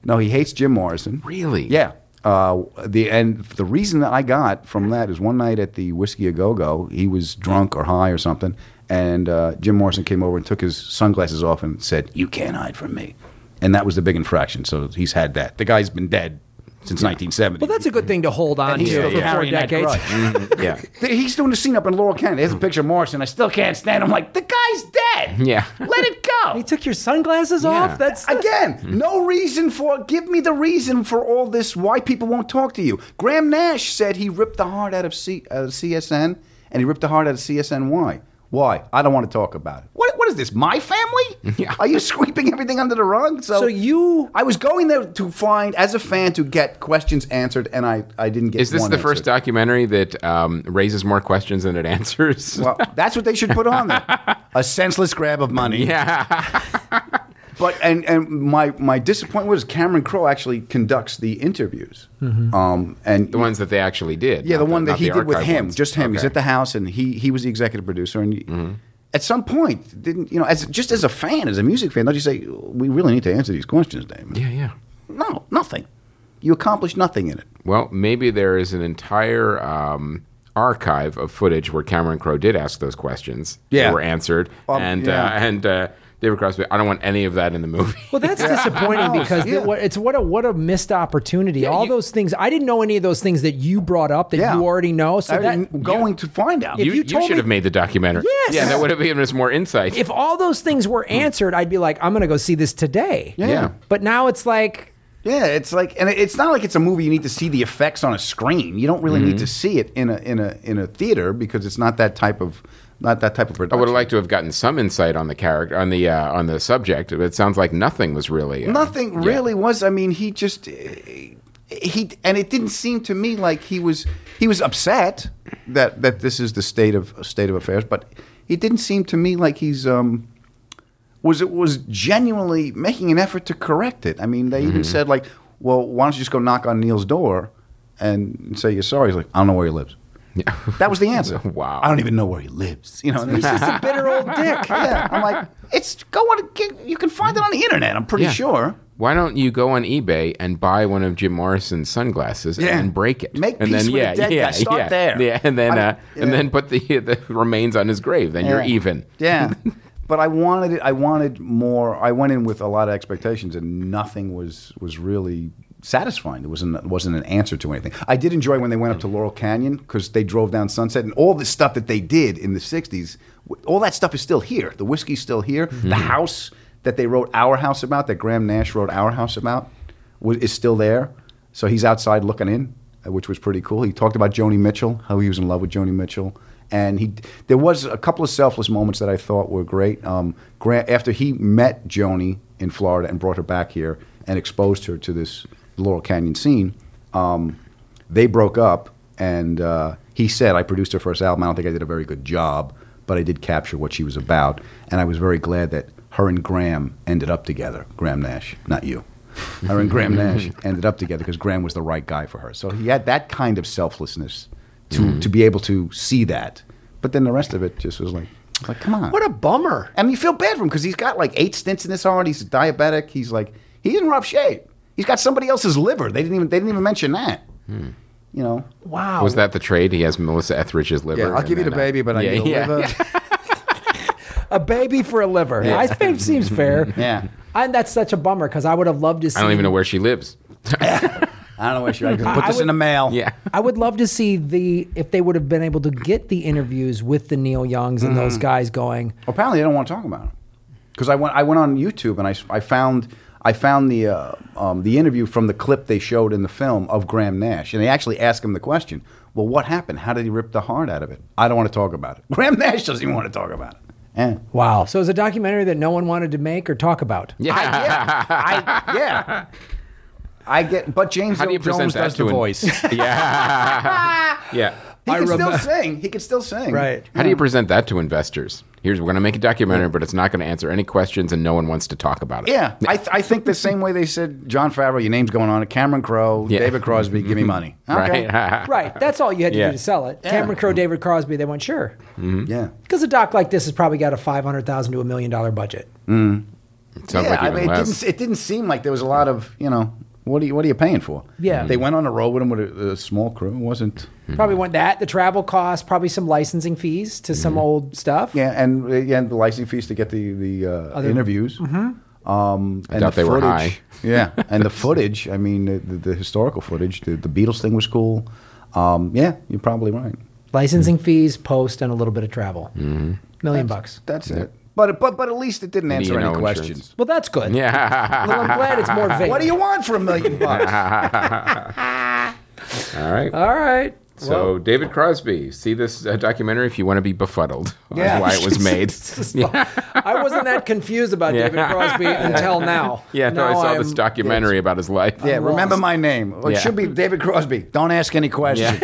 C: No, he hates Jim Morrison.
B: Really?
C: Yeah. Uh, the and the reason that I got from that is one night at the Whiskey A Go Go, he was drunk or high or something, and uh, Jim Morrison came over and took his sunglasses off and said, "You can't hide from me," and that was the big infraction. So he's had that. The guy's been dead since 1970.
A: well, that's a good thing to hold on
C: And he's
A: to
C: still
A: for four
C: carrying that
A: decades.
C: grudge.
B: yeah.
C: Th- He's doing a scene up in Laurel Canada.
B: Mm.
C: There's a picture of Morrison. I still can't stand him. I'm like, the guy's dead.
B: Yeah.
C: Let it go.
A: He took your sunglasses off. That's
C: Again,
B: Mm.
C: no reason for. Give me the reason for all this. Why people won't talk to you? Graham Nash said he ripped the heart out of C, uh, CSN, and he ripped the heart out of CSN. Why? Why? I don't want to talk about it. What? What is this? My family?
B: Yeah.
C: Are you sweeping everything under the rug? So,
A: So you-
C: I was going there to find, as a fan, to get questions answered, and I, I didn't get.
B: Is this
C: one
B: the first
C: answered.
B: documentary that um, raises more questions than it answers?
C: Well, that's what they should put on there. A senseless grab of money.
B: yeah.
C: But and and my my disappointment was Cameron Crowe actually conducts the interviews.
A: Mm-hmm.
C: Um, and
B: The ones that they actually did.
C: yeah,
B: not
C: the one that
B: not
C: he did with
B: archive
C: him,
B: ones.
C: just him. He's
B: Okay. Mm-hmm.
C: at the house, and he he was the executive producer. And at some point, didn't you know? As just as a fan, as a music fan, don't you say we really need to answer these questions, Damon?
B: Yeah, yeah.
C: No, nothing. You accomplish nothing in it.
B: Well, maybe there is an entire um, archive of footage where Cameron Crowe did ask those questions.
C: Yeah.
B: They were answered.
C: Um,
B: and
C: yeah.
B: uh, and uh, David Crosby, I don't want any of that in the movie.
A: Well, that's disappointing because the-
C: Yeah.
A: what- it's what a what a missed opportunity. All
B: you-
A: those things I didn't know any of those things that you brought up that
C: Yeah.
A: you already know. So
C: I
A: that,
C: didn't- going to find out.
B: you
A: you
B: you
A: told
B: should
A: me-
B: have made the documentary.
A: Yes.
B: Yeah, that would have given us more insight.
A: if all those things were answered, I'd be like, I'm going to go see this today.
B: yeah.
A: But now it's like,
C: Yeah, it's like, and it's not like it's a movie you need to see the effects on a screen. You don't really
B: Mm-hmm.
C: need to see it in a in a in a theater because it's not that type of not that type of
B: I
C: production.
B: would have liked to have gotten some insight on the character, on the uh, on the subject. But it sounds like nothing was really uh,
C: Nothing
B: yeah.
C: really was. I mean, he just he and it didn't seem to me like he was he was upset that that this is the state of state of affairs, but it didn't seem to me like he's um was it was genuinely making an effort to correct it. I mean, they
B: Mm-hmm.
C: even said like, "Well, why don't you just go knock on Neil's door and say you're sorry?" He's like, "I don't know where he lives." That was the answer.
B: Wow.
C: I don't even know where he lives. You know, and
A: he's just a bitter old dick.
C: yeah, I'm like, it's go on. Get, you can find it on the internet. I'm pretty
B: Yeah.
C: sure.
B: why don't you go on eBay and buy one of Jim Morrison's sunglasses
C: Yeah.
B: and break it?
C: Make
B: and
C: peace with the dead guy. Start
B: yeah,
C: there.
B: Yeah, and then
C: I don't-
B: uh, and
C: yeah.
B: then put the the remains on his grave. Then you're
C: Yeah.
B: even.
C: Yeah. But I wanted it. I wanted more. I went in with a lot of expectations, and nothing was was really satisfying. There wasn't wasn't an answer to anything. I did enjoy when they went up to Laurel Canyon because they drove down Sunset, and all the stuff that they did in the '60s, w- all that stuff is still here. The whiskey's still here.
B: Mm-hmm.
C: The house that they wrote "Our House" about, that Graham Nash wrote "Our House" about, was, is still there. So he's outside looking in, uh, which was pretty cool. He talked about Joni Mitchell, how he was in love with Joni Mitchell, and he there was a couple of selfless moments that I thought were great. Um, Grant, after he met Joni in Florida and brought her back here and exposed her to this Laurel Canyon scene, um, they broke up, and uh, he said, "I produced her first album. I don't think I did a very good job, but I did capture what she was about, and I was very glad that." Her and Graham ended up together. Graham Nash, not you her and Graham Nash ended up together because Graham was the right guy for her. So he had that kind of selflessness to, to be able to see that. But then the rest of it just was like, like come on.
A: What a bummer.
C: I mean, you feel bad for him because he's got like eight stints in his heart. He's diabetic. He's like, he's in rough shape. He's got somebody else's liver. They didn't even they didn't even mention that.
E: Hmm.
C: You know,
A: Wow.
B: Was that the trade? He has Melissa Etheridge's liver.
E: Yeah, I'll
B: and
E: give you the
B: then, uh,
E: baby, but I
B: yeah,
E: need a
B: yeah.
E: liver.
A: a baby for a liver? I think seems fair.
C: Yeah.
A: And that's such a bummer because I would have loved to see.
B: I don't even know where she lives.
C: I don't know where she. I could put
A: I
C: this in
A: would-
C: the mail.
B: Yeah.
A: I would love to see the if they would have been able to get the interviews with the Neil Youngs and
B: Mm.
A: those guys going.
C: Apparently, they don't want to talk about it because I went. I went on YouTube and I, s- I found I found the uh, um, the interview from the clip they showed in the film of Graham Nash, and they actually asked him the question. Well, what happened? How did he rip the heart out of it? I don't want to talk about it. Graham Nash doesn't even want to talk about it. Eh.
A: Wow. So it was a documentary that no one wanted to make or talk about.
B: Yeah.
C: I, yeah, I, yeah. I get, but James
B: How do
C: Earl
B: you present
C: Jones
B: that
C: does
B: to
C: the
B: an-
C: voice. he
B: yeah. yeah.
A: I
C: can still
A: remem-
C: sing. He can still sing.
A: Right.
B: How do you present that to investors? Here's we're going to make a documentary, but it's not going to answer any questions, and no one wants to talk about it.
C: Yeah, I, th- I think the same way they said John Favreau, your name's going on it. Cameron Crowe,
B: Yeah. Mm-hmm.
C: David Crosby, give me money. Okay.
B: Right.
A: Right. That's all you had to
B: Yeah. Mm.
A: do to sell it.
C: Yeah.
A: Cameron Crowe, David Crosby, they went sure.
B: Mm-hmm.
C: Yeah.
A: Because a doc like this has probably got a five hundred thousand to a million dollar budget.
B: Sounds like
C: I
B: even
C: mean, it
B: less.
C: didn't, it didn't seem like there was a lot of, you know, what are you, what are you paying for?
A: Yeah.
C: They went on a road with him with a, a small crew. It wasn't.
B: Mm-hmm.
A: Probably want that, the travel costs, probably some licensing fees to
B: Mm-hmm.
A: some old stuff.
C: Yeah, and, uh, yeah, and the licensing fees to get the, the uh, interviews. Mm-hmm. Um, and
B: thought
C: the
B: they were
C: footage,
B: high.
C: Yeah, and the footage, I mean, the, the, the historical footage, the, the Beatles thing was cool. Um, yeah, you're probably right.
A: Licensing fees, post, and a little bit of travel.
B: Mm-hmm.
A: Million bucks.
C: That's it. But, but, but at least it didn't answer
B: you
C: any
B: know insurance.
C: questions.
A: Well, that's good.
B: Yeah.
A: Well, I'm glad it's more vague.
C: What do you want for a million bucks?
B: All right.
A: All right.
B: so David Crosby, see this uh, documentary if you want to be befuddled on
C: Yeah.
B: why it was made.
A: I wasn't that confused about David Crosby until now.
B: yeah. No,
A: now
B: I saw this
A: I'm-
B: documentary about his life.
C: yeah, remember
A: lost.
C: my name. Well,
B: Yeah.
C: It should be David Crosby. Don't ask any questions.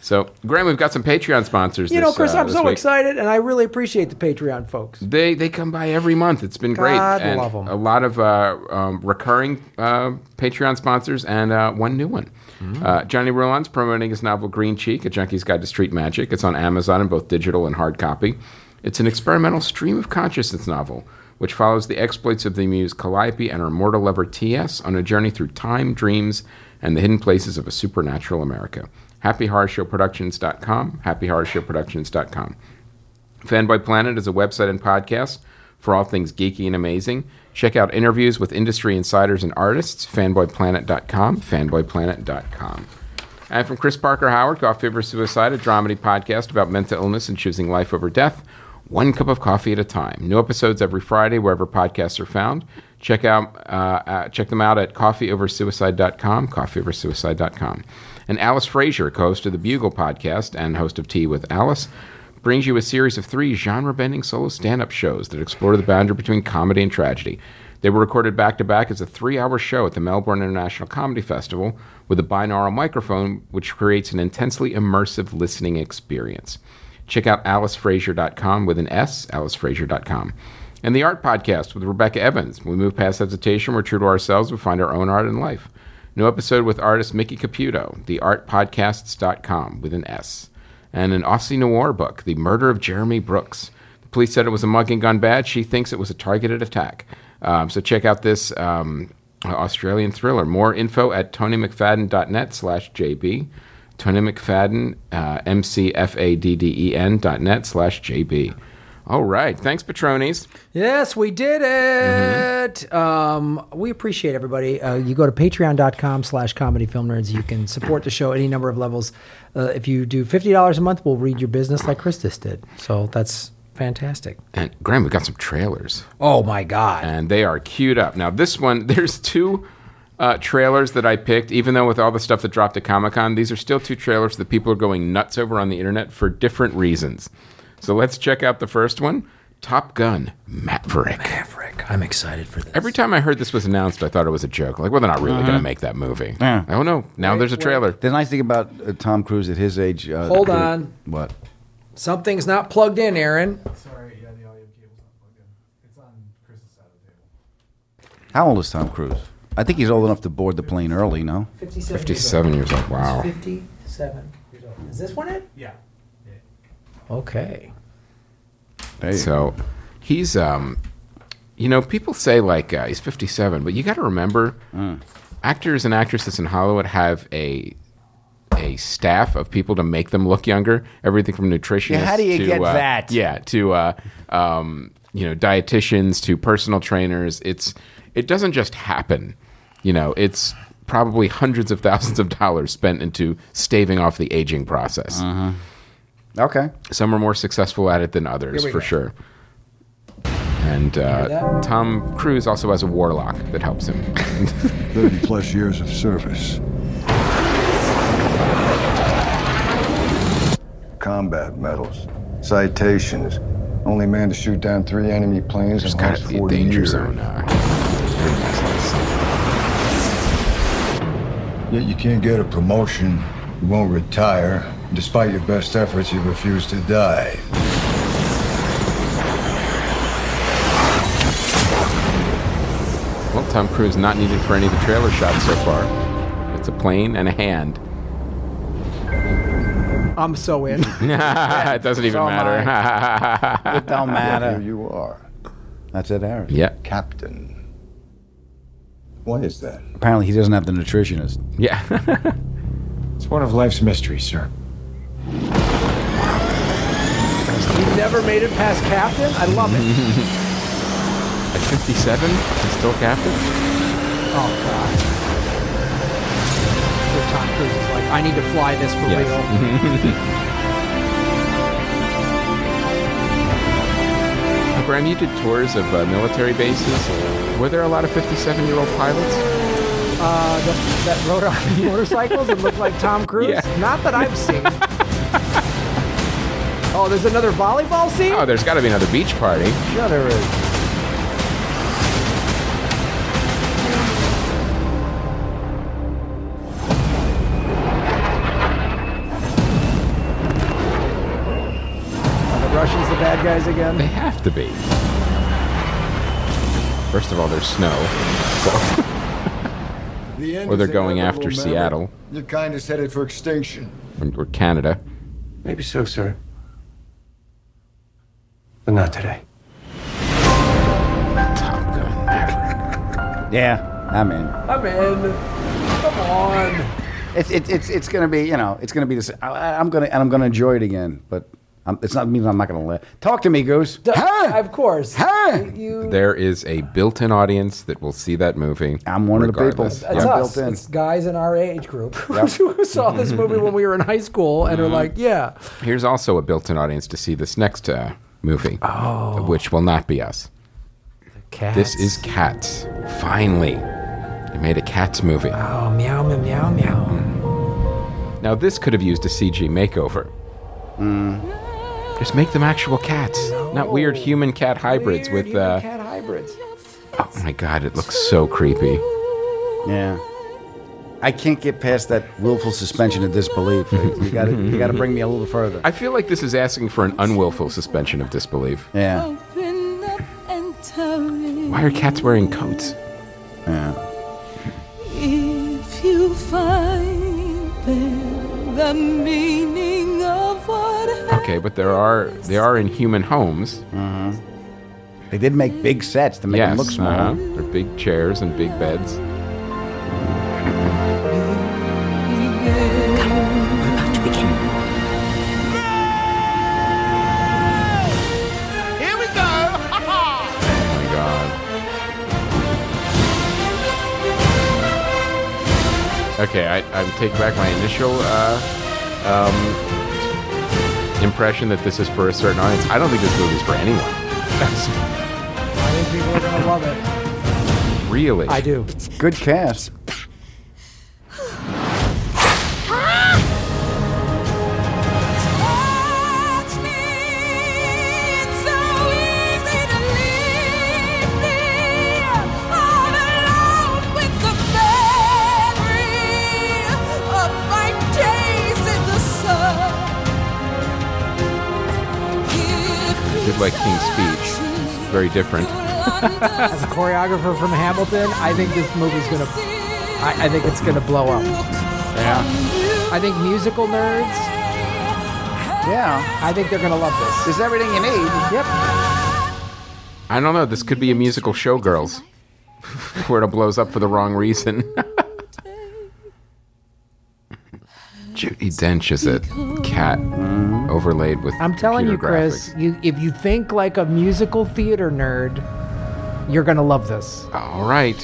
B: So Graham, we've got some Patreon sponsors.
A: You
B: this,
A: know, Chris,
B: uh,
A: I'm
B: this
A: so
B: week.
A: excited, and I really appreciate the Patreon folks.
B: They they come by every month. It's been great.
A: God
B: and
A: love 'em.
B: A lot of uh, um, recurring uh, Patreon sponsors and uh, one new one.
A: Mm.
B: Uh, Johnny Roulan's promoting his novel Green Cheek, A Junkie's Guide to Street Magic. It's on Amazon in both digital and hard copy. It's an experimental stream of consciousness novel which follows the exploits of the muse Calliope and her mortal lover T.S. on a journey through time, dreams, and the hidden places of a supernatural America. HappyHorrorShowProductions.com, HappyHorrorShowProductions.com. Fanboy Planet is a website and podcast for all things geeky and amazing. Check out interviews with industry insiders and artists, fanboyplanet.com, fanboyplanet.com. And from Chris Parker Howard, Coffee Over Suicide, a dramedy podcast about mental illness and choosing life over death, one cup of coffee at a time. New episodes every Friday, wherever podcasts are found. Check out uh, uh, check them out at coffeeoversuicide.com, coffeeoversuicide.com. And Alice Frazier, co-host of the Bugle podcast and host of Tea with Alice, brings you a series of three genre-bending solo stand-up shows that explore the boundary between comedy and tragedy. They were recorded back-to-back as a three-hour show at the Melbourne International Comedy Festival with a binaural microphone, which creates an intensely immersive listening experience. Check out alicefrazier.com with an S, alicefrazier.com. And the art podcast with Rebecca Evans. When we move past hesitation, we're true to ourselves, we find our own art in life. New episode with artist Mickey Caputo, theartpodcasts.com with an S. And an Aussie noir book, The Murder of Jeremy Brooks. The police said it was a mugging gone bad. She thinks it was a targeted attack. Um, so check out this um, Australian thriller. More info at tonymcfadden.net slash JB. Tony McFadden, uh, M-C-F-A-D-D-E-N E dot net slash JB. All right. Thanks, Patronies.
A: Yes, we did it.
B: Mm-hmm.
A: Um, we appreciate everybody. Uh, you go to patreon.com slash comedy film nerds. You can support the show any number of levels. Uh, if you do $50 a month, we'll read your business like Chris just did. So that's fantastic.
B: And Graham, we got some trailers.
A: Oh, my God.
B: and they are queued up. Now, this one, there's two uh, trailers that I picked, even though with all the stuff that dropped at Comic Con, these are still two trailers that people are going nuts over on the internet for different reasons. So let's check out the first one Top Gun Maverick.
A: Maverick. I'm excited for this.
B: Every time I heard this was announced, I thought it was a joke. Like, well, they're not really going to make that movie.
C: Yeah.
B: Oh, no. Now there's a trailer.
C: The nice thing about uh, Tom Cruise at his age. Uh,
A: Hold
C: the-
A: on.
C: What?
A: Something's not plugged in, Aaron.
D: Sorry, yeah, the audio cable's not plugged in. It's on Chris's side of the table.
C: How old is Tom Cruise? I think he's old enough to board the plane early. No.
A: 57.
B: 57 years old. Wow.
A: 57 years old. Is this one it?
D: Yeah. yeah.
A: Okay.
C: There you go.
B: So he's, um, you know, people say like uh, he's 57, but you got to remember,
C: Mm.
B: actors and actresses in Hollywood have a a staff of people to make them look younger. Everything from nutritionists.
C: Yeah, how do you
B: to,
C: get
B: uh,
C: that?
B: Yeah, to uh, um, you know, dietitians to personal trainers. It's it doesn't just happen. You know, it's probably hundreds of thousands of dollars spent into staving off the aging process.
C: Okay.
B: Some are more successful at it than others,
A: Here we
B: for
A: go.
B: sure. And uh,
A: that?
B: Tom Cruise also has a warlock that helps him.
E: 30 plus years of service. Combat medals, citations. Only man to shoot down three enemy planes
B: There's
E: in
B: got
E: almost
B: to be a
E: 40
B: danger
E: years.
B: zone. Uh,
E: Yet you can't get a promotion. You won't retire. Despite your best efforts, you refuse to die.
B: well, Tom Cruise not needed for any of the trailer shots so far. It's a plane and a hand.
A: I'm so in.
B: it doesn't even
C: So am
B: matter.
C: It don't
E: Here
C: matter.
E: you are,
C: That's it, Harris.
B: yeah,
E: Captain. Why is that?
C: Apparently, he doesn't have the nutritionist.
B: yeah.
F: It's one of life's mysteries, sir.
A: You never made it past captain? I love it.
B: At 57, he's still captain.
A: oh, God. Where Tom Cruise is like, I need to fly this for
B: Yes.
A: real.
B: Graham, you did tours of uh, military bases. Were there a lot of 57-year-old pilots?
A: Uh, the, that rode on motorcycles and looked like Tom Cruise?
B: Mm-hmm. Yeah.
A: Not that I've seen. oh, there's another volleyball scene?
B: Oh, there's got to be another beach party.
A: sure there is. Are the Russians the bad guys again?
B: They have to be. First of all, there's snow,
E: The end
B: Or they're
E: is
B: going
E: inevitable,
B: after
E: Maverick.
B: Seattle.
E: Your kind is headed for extinction.
B: or, or Canada.
G: Maybe so, sir. But not today.
B: Top Gun Maverick.
C: Yeah, I'm in.
A: I'm in. Come on.
C: It's it's it's, it's gonna be you know it's gonna be this. I- I, I'm gonna and I'm gonna enjoy it again, but I'm, it's not mean I'm not gonna laugh. Talk to me, Goose. Huh?
A: Of course.
C: Huh?
A: You.
B: There is a built-in audience that will see that movie.
C: I'm one of the people.
B: regardless.
A: That's
C: Yeah.
A: us.
C: Built in.
A: It's guys in our age group who saw this movie when we were in high school and are like, yeah.
B: Here's also a built-in audience to see this next uh, movie, which will not be us.
A: Cats.
B: This is Cats. Finally, they made a Cats movie.
A: Oh, meow, meow, meow, meow.
B: Now this could have used a CG makeover. Just make them actual cats, not weird human cat hybrids
A: Weird
B: with.
A: human
B: Uh,
A: cat hybrids.
B: oh my god, it looks so creepy.
C: Yeah. I can't get past that willful suspension of disbelief. You got to you got to bring me a little further.
B: I feel like this is asking for an unwillful suspension of disbelief.
C: Yeah.
H: Open up and tell me
B: Why are cats wearing coats?
C: Yeah.
H: if you find there the meaning of what
B: Okay, but there are they are in human homes.
C: They did make big sets to make them
B: Yes,
C: look small.
B: uh-huh. They're big chairs and big beds. Oh my god. Okay, I, I take back my initial uh, um, impression that this is for a certain audience. I don't think this movie's for anyone. That's
A: I think people are gonna love it.
B: really.
A: I do.
C: Good cast.
B: Did like King's Speech. It's very different.
A: As a choreographer from Hamilton, I think this movie's gonna. I, I think it's gonna blow up.
B: Yeah.
A: I think musical nerds.
C: Yeah.
A: I think they're gonna love this.
C: There's everything you need.
A: Yep.
B: I don't know. This could be a musical showgirls where it blows up for the wrong reason. Judy Dench is a cat overlaid with.
A: I'm telling you,
B: computer
A: Chris,
B: graphics.
A: you if you think like a musical theater nerd, you're gonna love this.
B: All right.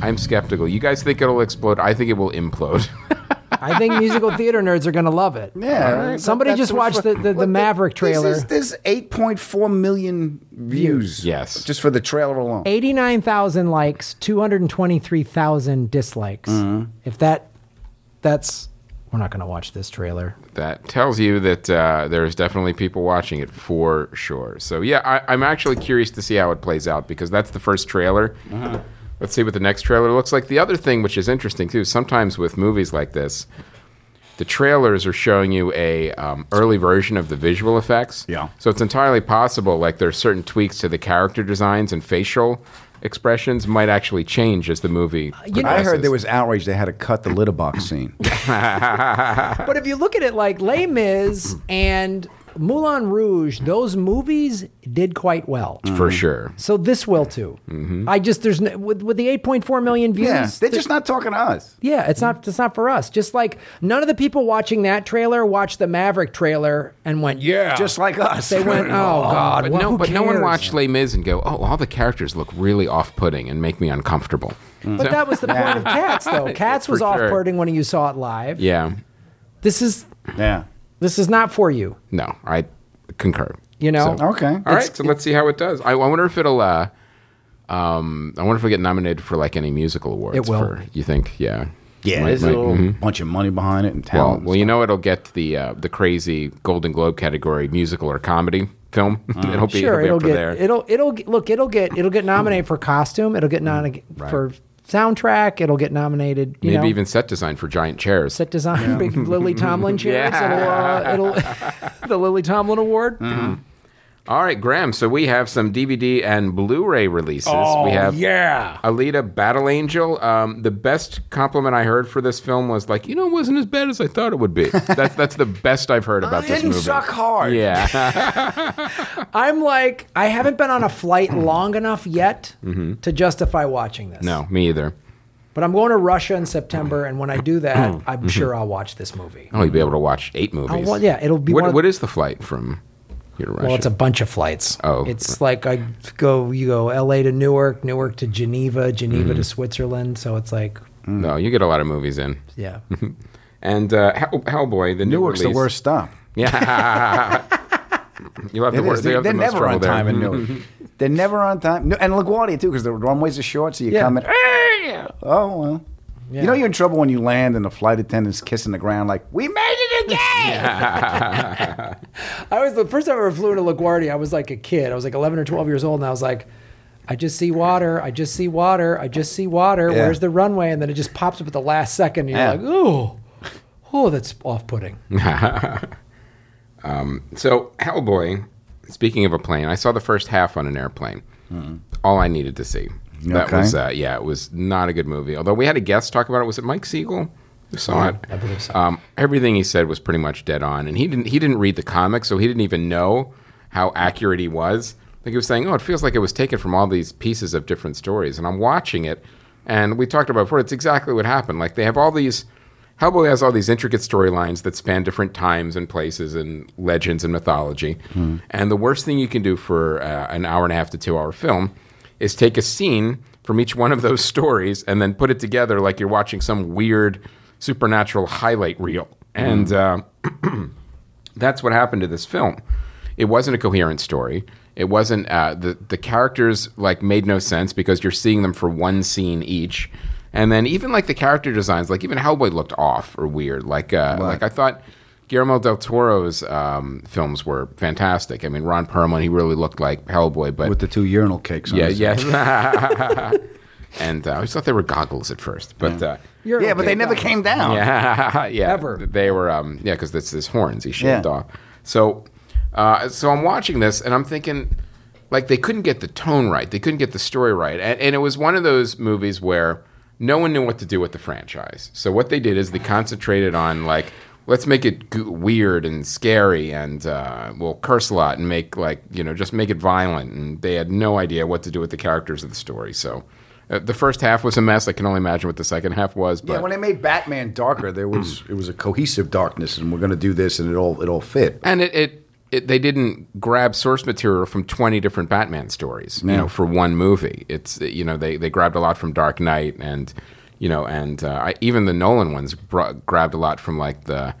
B: I'm skeptical. You guys think it'll explode. I think it will implode.
A: I think musical theater nerds are gonna love it.
C: Yeah.
B: right.
A: Somebody
C: That's
A: just
C: what's
A: watched the-
C: for-
A: the- the
C: Look,
A: Maverick trailer.
C: This is, this is 8.4 million views.
B: Yes.
C: Just for the trailer alone.
A: Eighty-nine thousand likes, two hundred twenty-three thousand dislikes.
C: Mm-hmm.
A: If that, that's we're not gonna watch this trailer.
B: that tells you that uh, there's definitely people watching it for sure. So yeah, I, I'm actually curious to see how it plays out because that's the first trailer.
C: Uh-huh.
B: Let's see what the next trailer looks like. The other thing, which is interesting too, sometimes with movies like this, the trailers are showing you a um, early version of the visual effects.
C: Yeah.
B: So it's entirely possible, like there's certain tweaks to the character designs and facial expressions might actually change as the movie.
C: I heard
B: progresses.
C: there was outrage they had to cut the litter box scene.
A: But if you look at it like Les Mis and Moulin Rouge, those movies did quite well.
B: for
C: Mm-hmm.
B: sure.
A: So this will too.
B: Mm-hmm.
A: I just there's no, with, with the 8.4 million views.
C: yeah. They're
A: there-
C: just not talking to us.
A: Yeah, it's not it's not for us. Just like none of the people watching that trailer watched the Maverick trailer and went, "Yeah."
C: Just like us.
A: they went, "Oh god,
B: But
A: well,
B: no,
A: who
B: but no one
A: cares?"
B: watched Les Mis and go, "Oh, all the characters look really off-putting and make me uncomfortable."
A: But that was the point of Cats though. Cats
B: For
A: was
B: sure.
A: off-putting when you saw it live.
B: Yeah,
A: This is
C: Yeah.
A: this is not for you,
B: no, I concur.
A: you know.
B: So-
C: Okay.
B: All right, so let's see how it does. I, I wonder if it'll. Uh, um, I wonder if we get nominated for like any musical awards.
A: It will.
B: For, you think? Yeah.
C: Yeah,
B: Might-
C: there's
B: might-
C: a little
A: mm-hmm.
B: mhm.
C: bunch of money behind it and
B: Well,
C: talent.
B: well, you know, it'll get the uh, the crazy Golden Globe category, musical or comedy film. it'll be
A: Mm. sure,
B: it'll
A: it'll
B: be up for
A: get
B: there.
A: it'll it'll get- look, it'll get it'll get nominated for costume, it'll
B: Mm-hmm.
A: get nominated for soundtrack, it'll get nominated, you
B: Maybe
A: know.
B: even set design for giant chairs.
A: set design, big Lily Tomlin chairs.
B: Yeah. Mm-hmm.
A: It'll, uh, it'll the Lily Tomlin Award.
B: All right, Graham. So we have some DVD and Blu-ray releases. we
C: Oh,
B: have
A: yeah.
B: Alita: Battle Angel. Um, the best compliment I heard for this film was like, you know, it wasn't as bad as I thought it would be. that's that's the best I've heard about this
C: didn't
B: movie.
C: suck hard.
B: Yeah,
A: I'm like, I haven't been on a flight
B: Mm-hmm.
A: long enough yet to justify watching this.
B: no, me either.
A: But I'm going to Russia in September, and when I do that,
B: Mm-hmm.
A: I'm sure I'll watch this movie.
B: Oh, you'd be able to watch eight
C: Oh,
B: movies.
A: well, yeah, it'll be
B: What,
A: one of-
B: what is the flight from here to Russia?
A: Well, it's a bunch of flights.
B: Oh.
A: it's like I go, you go L.A. to Newark, Newark to Geneva, Geneva
B: Mm-hmm.
A: to Switzerland. So it's like,
B: no,
C: Mm.
B: you get a lot of movies in.
A: yeah,
B: And uh, Hell, Hellboy, the new
C: Newark's the
B: release.
C: worst stop.
B: You'll have
C: It
B: the
C: is.
B: worst.
C: They're,
B: you'll have the
C: they're
B: most
C: never on
B: trouble
C: time
B: there. Mm-hmm.
C: in Newark. they're never on time. No, and LaGuardia, too, because the runways are short, so you
A: Yeah.
C: come in. Oh, well. You know you're in trouble when you land and the flight attendant's kissing the ground like, we made it again!
A: I was the first time I ever flew into LaGuardia. I was like a kid. I was like 11 or 12 years old, and I was like, I just see water. I just see water. I just see water.
C: Yeah.
A: Where's the runway? And then it just pops up at the last second, and you're
C: Yeah.
A: like, oh, oh, that's off-putting.
B: So Hellboy. Speaking of a plane, I saw the first half on an airplane. All I needed to see. That
C: Okay.
B: was uh, yeah, it was not a good movie. Although we had a guest talk about it. Was it Mike Siegel who saw it? I believe so. Um, everything he said was pretty much dead on, and he didn't he didn't read the comic, so he didn't even know how accurate he was. Like he was saying, oh, it feels like it was taken from all these pieces of different stories. And I'm watching it, and we talked about it before. It's exactly what happened. Like they have all these. Hellboy has all these intricate storylines that span different times and places and legends and mythology. And the worst thing you can do for uh, an hour and a half to two hour film is take a scene from each one of those stories and then put it together like you're watching some weird supernatural highlight reel. And uh, that's what happened to this film. It wasn't a coherent story. It wasn't uh, the the characters like made no sense because you're seeing them for one scene each, and then even like the character designs, like even Hellboy looked off or weird. Like uh, like I thought. Guillermo del Toro's um, films were fantastic. I mean, Ron Perlman, he really looked like Hellboy, but
C: with the two urinal cakes. On
B: yeah,
C: his-
B: yeah. and uh, I just thought they were goggles at first, but yeah, uh,
A: You're
C: yeah, but they never came down.
B: yeah, yeah,
A: Ever.
B: they were, um, yeah, because it's his horns he shaved
C: Yeah.
B: off. So, uh, so I'm watching this and I'm thinking, like, they couldn't get the tone right, they couldn't get the story right, and, and it was one of those movies where no one knew what to do with the franchise. So what they did is they concentrated on like. Let's make it g- weird and scary, and uh, we'll curse a lot and make like you know just make it violent. And they had no idea what to do with the characters of the story. So uh, the first half was a mess. I can only imagine what the second half was. But
C: Yeah, when they made Batman darker, there
B: Mm.
C: was it was a cohesive darkness, and we're going to do this, and it all it all fit.
B: and it, it, it they didn't grab source material from 20 different batman stories you know for one movie it's you know they, they grabbed a lot from dark knight and you know and uh, I, even the nolan ones br- grabbed a lot from like the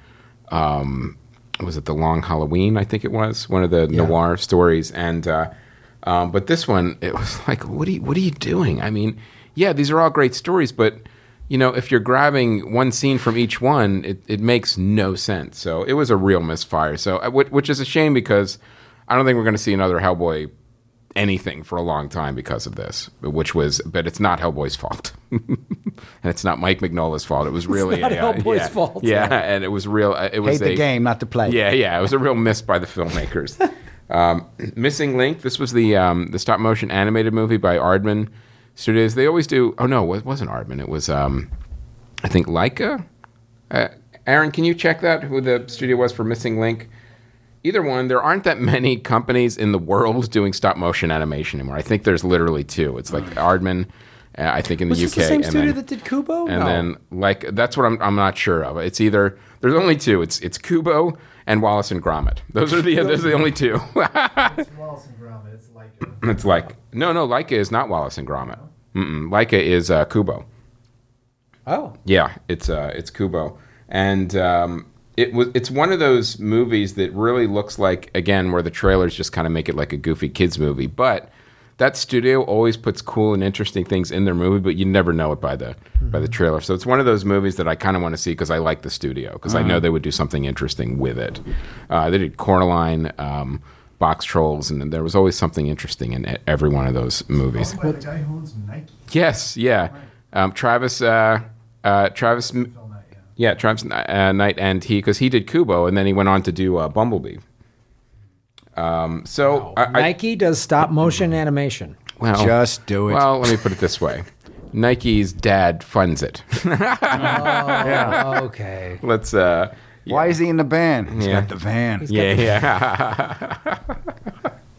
B: um, was it the long halloween i think it was one of the noir stories and uh, um, but this one it was like what are you, what are you doing i mean yeah these are all great stories but you know, if you're grabbing one scene from each one, it, it makes no sense. So it was a real misfire. So uh, whi- which is a shame because I don't think we're going to see another Hellboy anything for a long time because of this. Which was, but it's not Hellboy's fault, and it's not Mike Mignola's fault. It was really
A: not
B: a, uh,
A: Hellboy's
B: yeah,
A: fault.
B: Yeah, and it was real. uh, It was
C: Hate the
B: a-
C: game, not the play.
B: yeah, yeah, it was a real miss by the filmmakers. um, Missing Link. This was the um, the stop motion animated movie by Aardman Studios. They always do. Oh no, it wasn't Aardman. It was um, I think Leica. Uh, Aaron, can you check that? Who the studio was for Missing Link? Either one. There aren't that many companies in the world doing stop motion animation anymore. I think there's literally two. It's like Aardman. Uh, I think in the
A: Was
B: UK.
A: this the same
B: and
A: studio
B: then-
A: that did Kubo?
B: and
A: Oh, no.
B: then like that's what I'm I'm not sure of. It's either there's only two. It's it's Kubo and Wallace and Gromit. Those are the those are the only two.
D: It's Wallace and Gromit. It's like uh,
B: it's like no no Leica is not Wallace and Gromit. Mm-mm. Leica is uh, Kubo.
A: oh,
B: Yeah, it's uh, it's Kubo, and um, it was it's one of those movies that really looks like again where the trailers just kind of make it like a goofy kids movie, but that studio always puts cool and interesting things in their movie, but you never know it by the by the trailer. So it's one of those movies that I kind of want to see because I like the studio because I know they would do something interesting with it. Uh, they did Coraline. Um, Box trolls, and there was always something interesting in e- every one of those movies.
D: by the guy who owns Nike.
B: Yes, yeah. Um, Travis, uh, uh, Travis,
D: Phil Knight, yeah.
B: yeah, Travis Kn- uh, Knight, and he because he did Kubo, and then he went on to do uh, Bumblebee. Um, so I, I,
A: Nike does stop motion animation.
B: well,
C: Just do it.
B: Well, let me put it this way: Nike's dad funds it.
A: Okay.
B: Let's. Uh,
C: Why is he in the band? He's
B: Yeah.
C: got the van.
B: yeah, yeah.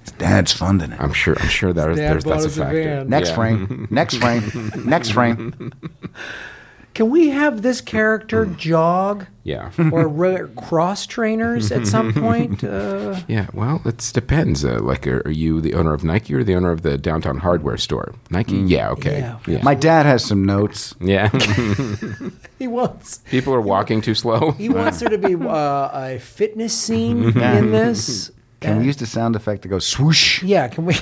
C: His dad's funding it.
B: I'm sure. I'm sure that is,
A: Dad
B: there's, that's
A: bought
B: a
A: us a
B: factor.
A: van.
C: Next
B: Yeah.
C: frame. Next frame. Next frame.
A: Can we have this character jog
B: Yeah.
A: or re- cross trainers at some point? Uh,
B: Yeah, well, it depends. Uh, like, are, are you the owner of Nike or the owner of the downtown hardware store? Nike? Yeah, okay.
A: Yeah.
B: Yeah.
C: My dad has some notes.
B: yeah.
A: he wants
B: People are walking too slow.
A: he wants there to be uh, a fitness scene in this.
C: Can we use the sound effect to go swoosh?
A: Yeah, can we?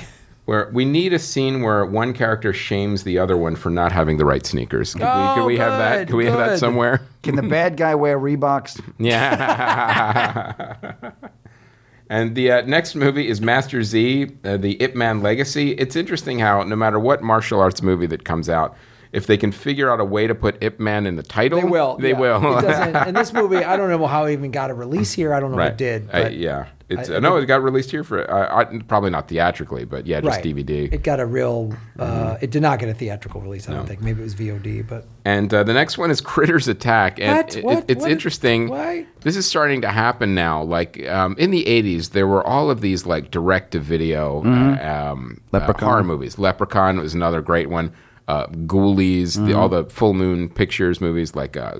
B: Where we need a scene where one character shames the other one for not having the right sneakers. Could we, could
A: Oh,
B: we have that?
A: good,
B: Could we have that
A: good.
B: somewhere?
C: Can the bad guy wear Reeboks?
B: Yeah. and the uh, next movie is Master Z, uh, the Ip Man Legacy. It's interesting how no matter what martial arts movie that comes out, if they can figure out a way to put Ip Man in the title,
A: They will.
B: They
A: yeah.
B: will.
A: It doesn't- and this movie, I don't know how it even got a release here. I don't know if
B: right.
A: it did.
B: I-
A: But
B: yeah. It's,
A: I- I
B: no,
A: think-
B: it got released here for uh, I, probably not theatrically, but yeah, just
A: right.
B: DVD.
A: It got a real. Uh,
B: Mm-hmm.
A: it did not get a theatrical release. I don't think. Maybe it was VOD, but
B: And uh, the next one is Critters Attack, and
A: What?
B: it-
A: What?
B: it's
A: What?
B: interesting.
A: Why?
B: This is starting to happen now. Like um, in the '80s, there were all of these like direct-to-video uh, um, uh,
C: Leprechaun.
B: horror movies. Leprechaun was another great one. Uh, Ghoulies, the, all the Full Moon Pictures movies, like uh,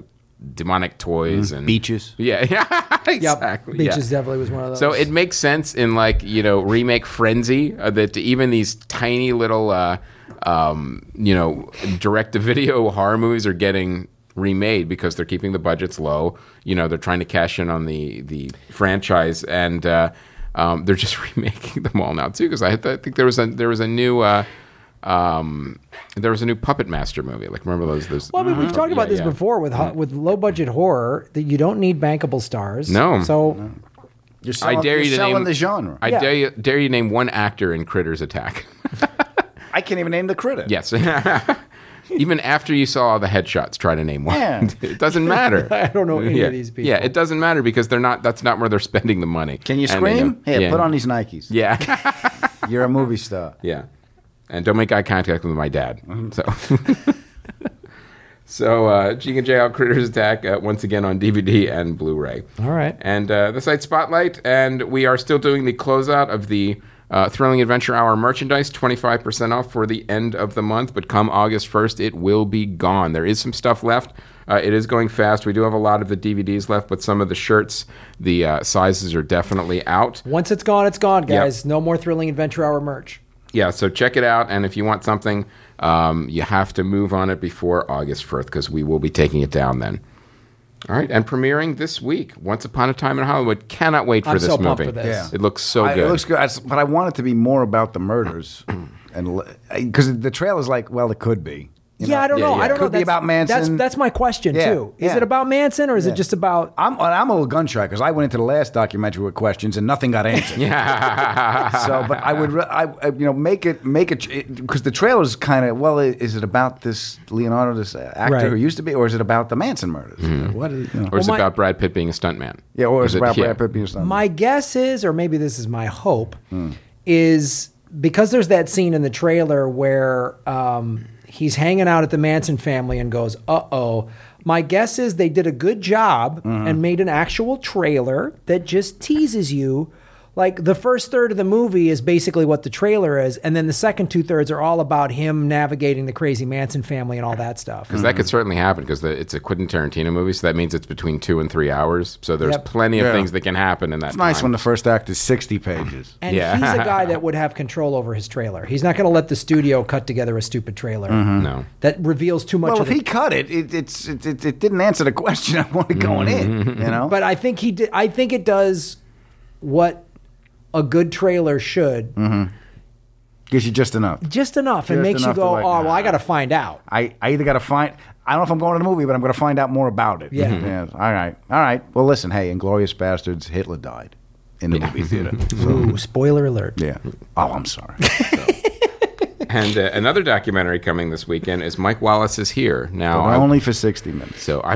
B: Demonic Toys and
C: Beaches.
B: Yeah, yeah,
A: yep,
B: exactly. yeah.
A: Beaches definitely was one of those.
B: So it makes sense in like you know remake frenzy uh, that even these tiny little uh, um, you know direct to video horror movies are getting remade because they're keeping the budgets low. You know they're trying to cash in on the the franchise and uh, um, they're just remaking them all now too. Because I, th- I think there was a there was a new. Uh, um, there was a new Puppet Master movie. Like, remember those? those
A: Well, I mean, we've talked
B: Mm-hmm. Yeah,
A: about this
B: yeah. Mm-hmm.
A: before with ho- with low budget horror that you don't need bankable stars.
B: No.
A: So
C: You're
B: I
C: selling,
B: dare
C: you're
B: you to
C: selling
B: name
C: the genre. I,
B: I
A: Yeah.
B: dare you, dare you name one actor in Critters Attack.
C: can't even name the critic.
B: Yes. Even after you saw all the headshots, try to name one.
C: Yeah.
B: it doesn't matter.
A: I don't know any
B: yeah.
A: of these people.
B: Yeah, it doesn't matter because they're not. That's not where they're spending the money.
C: Can you
B: And they
C: scream?
B: know-
C: Hey,
B: yeah.
C: put on these Nikes.
B: Yeah,
C: You're a movie star.
B: yeah, and don't make eye contact with my dad.
A: Mm-hmm.
B: So, so uh, Cheek and Jay Out Critters Attack uh, once again on DVD and Blu-ray.
A: All right.
B: and uh, the site spotlight, and we are still doing the closeout of the uh, Thrilling Adventure Hour merchandise, twenty five percent off for the end of the month. But come August first, it will be gone. There is some stuff left. Uh, it is going fast. We do have a lot of the DVDs left, but some of the shirts, the uh, sizes are definitely out.
A: once it's gone, it's gone, guys. No more thrilling adventure hour merch.
B: Yeah, so check it out. And if you want something, um, you have to move on it before August 1st because we will be taking it down then. All right, and premiering this week, Once Upon a Time in Hollywood. Cannot wait for
A: I'm
B: this
A: so pumped
B: movie.
A: for this.
C: Yeah.
B: It looks so
C: I-
B: good.
C: It looks good, I s- but I want it to be more about the murders, and because the trailer's like, well, it could be. you
A: yeah, I don't
B: Yeah,
A: know.
B: yeah.
A: I don't know.
C: Could be about
A: That's
C: Manson.
A: that's my question
C: Yeah,
A: too. Is
C: yeah.
A: it about Manson or is
C: Yeah.
A: it just about?
C: I'm and I'm a little gun shy because I went into the last documentary with questions and nothing got answered. so, but I would, re- I, I you know, make it make it because the trailer's kind of well, i- is it about this Leonardo, this uh, actor
A: Right.
C: who used to be, or is it about the Manson murders? What is, you know.
B: or is
A: Well,
B: it
A: my-
B: about Brad Pitt being a stuntman?
C: yeah, or Mm-hmm. is, it about
B: yeah.
C: Brad Pitt being something?
A: My guess is, or maybe this is my hope,
C: Hmm.
A: is because there's that scene in the trailer where um, he's hanging out at the Manson family and goes, "Uh oh." My guess is they did a good job
C: Mm-hmm.
A: and made an actual trailer that just teases you. Like the first third of the movie is basically what the trailer is, and then the second two thirds are all about him navigating the crazy Manson family and all that stuff.
B: Because
C: Mm-hmm.
B: that could certainly happen because it's a Quentin Tarantino movie, so that means it's between two and three hours. So there's
A: Yep.
B: plenty of
C: Yeah.
B: things that can happen in that
C: it's nice
B: time.
C: when the first act is sixty pages.
A: And
B: Yeah.
A: he's a guy that would have control over his trailer. He's not going to let the studio cut together a stupid trailer
B: no.
A: that reveals too much.
C: Well,
A: of
C: if
A: the,
C: he cut it, it, it's, it, it, it didn't answer the question I wanted going in, you know?
A: but I think he did. I think it does what a good trailer should,
C: Gives you just enough.
A: just enough, and
C: Mm-hmm. Just
A: makes you
C: enough to
A: go,
C: like,
A: "Oh, well, I got
C: nah."
A: to find out."
C: I, I either got to find, I don't know if I'm going to the movie, but I'm going to find out more about it.
A: Yeah. Mhm.
C: Yes. All right. All right. Well, listen, hey, Inglorious Bastards, Hitler died in the movie theater. So,
A: Ooh, spoiler alert!
C: yeah. Oh, I'm sorry.
B: And uh, another documentary coming this weekend is Mike Wallace is Here.
A: Oh,
B: Now,
C: But
B: I-
C: only for 60 minutes.
B: So I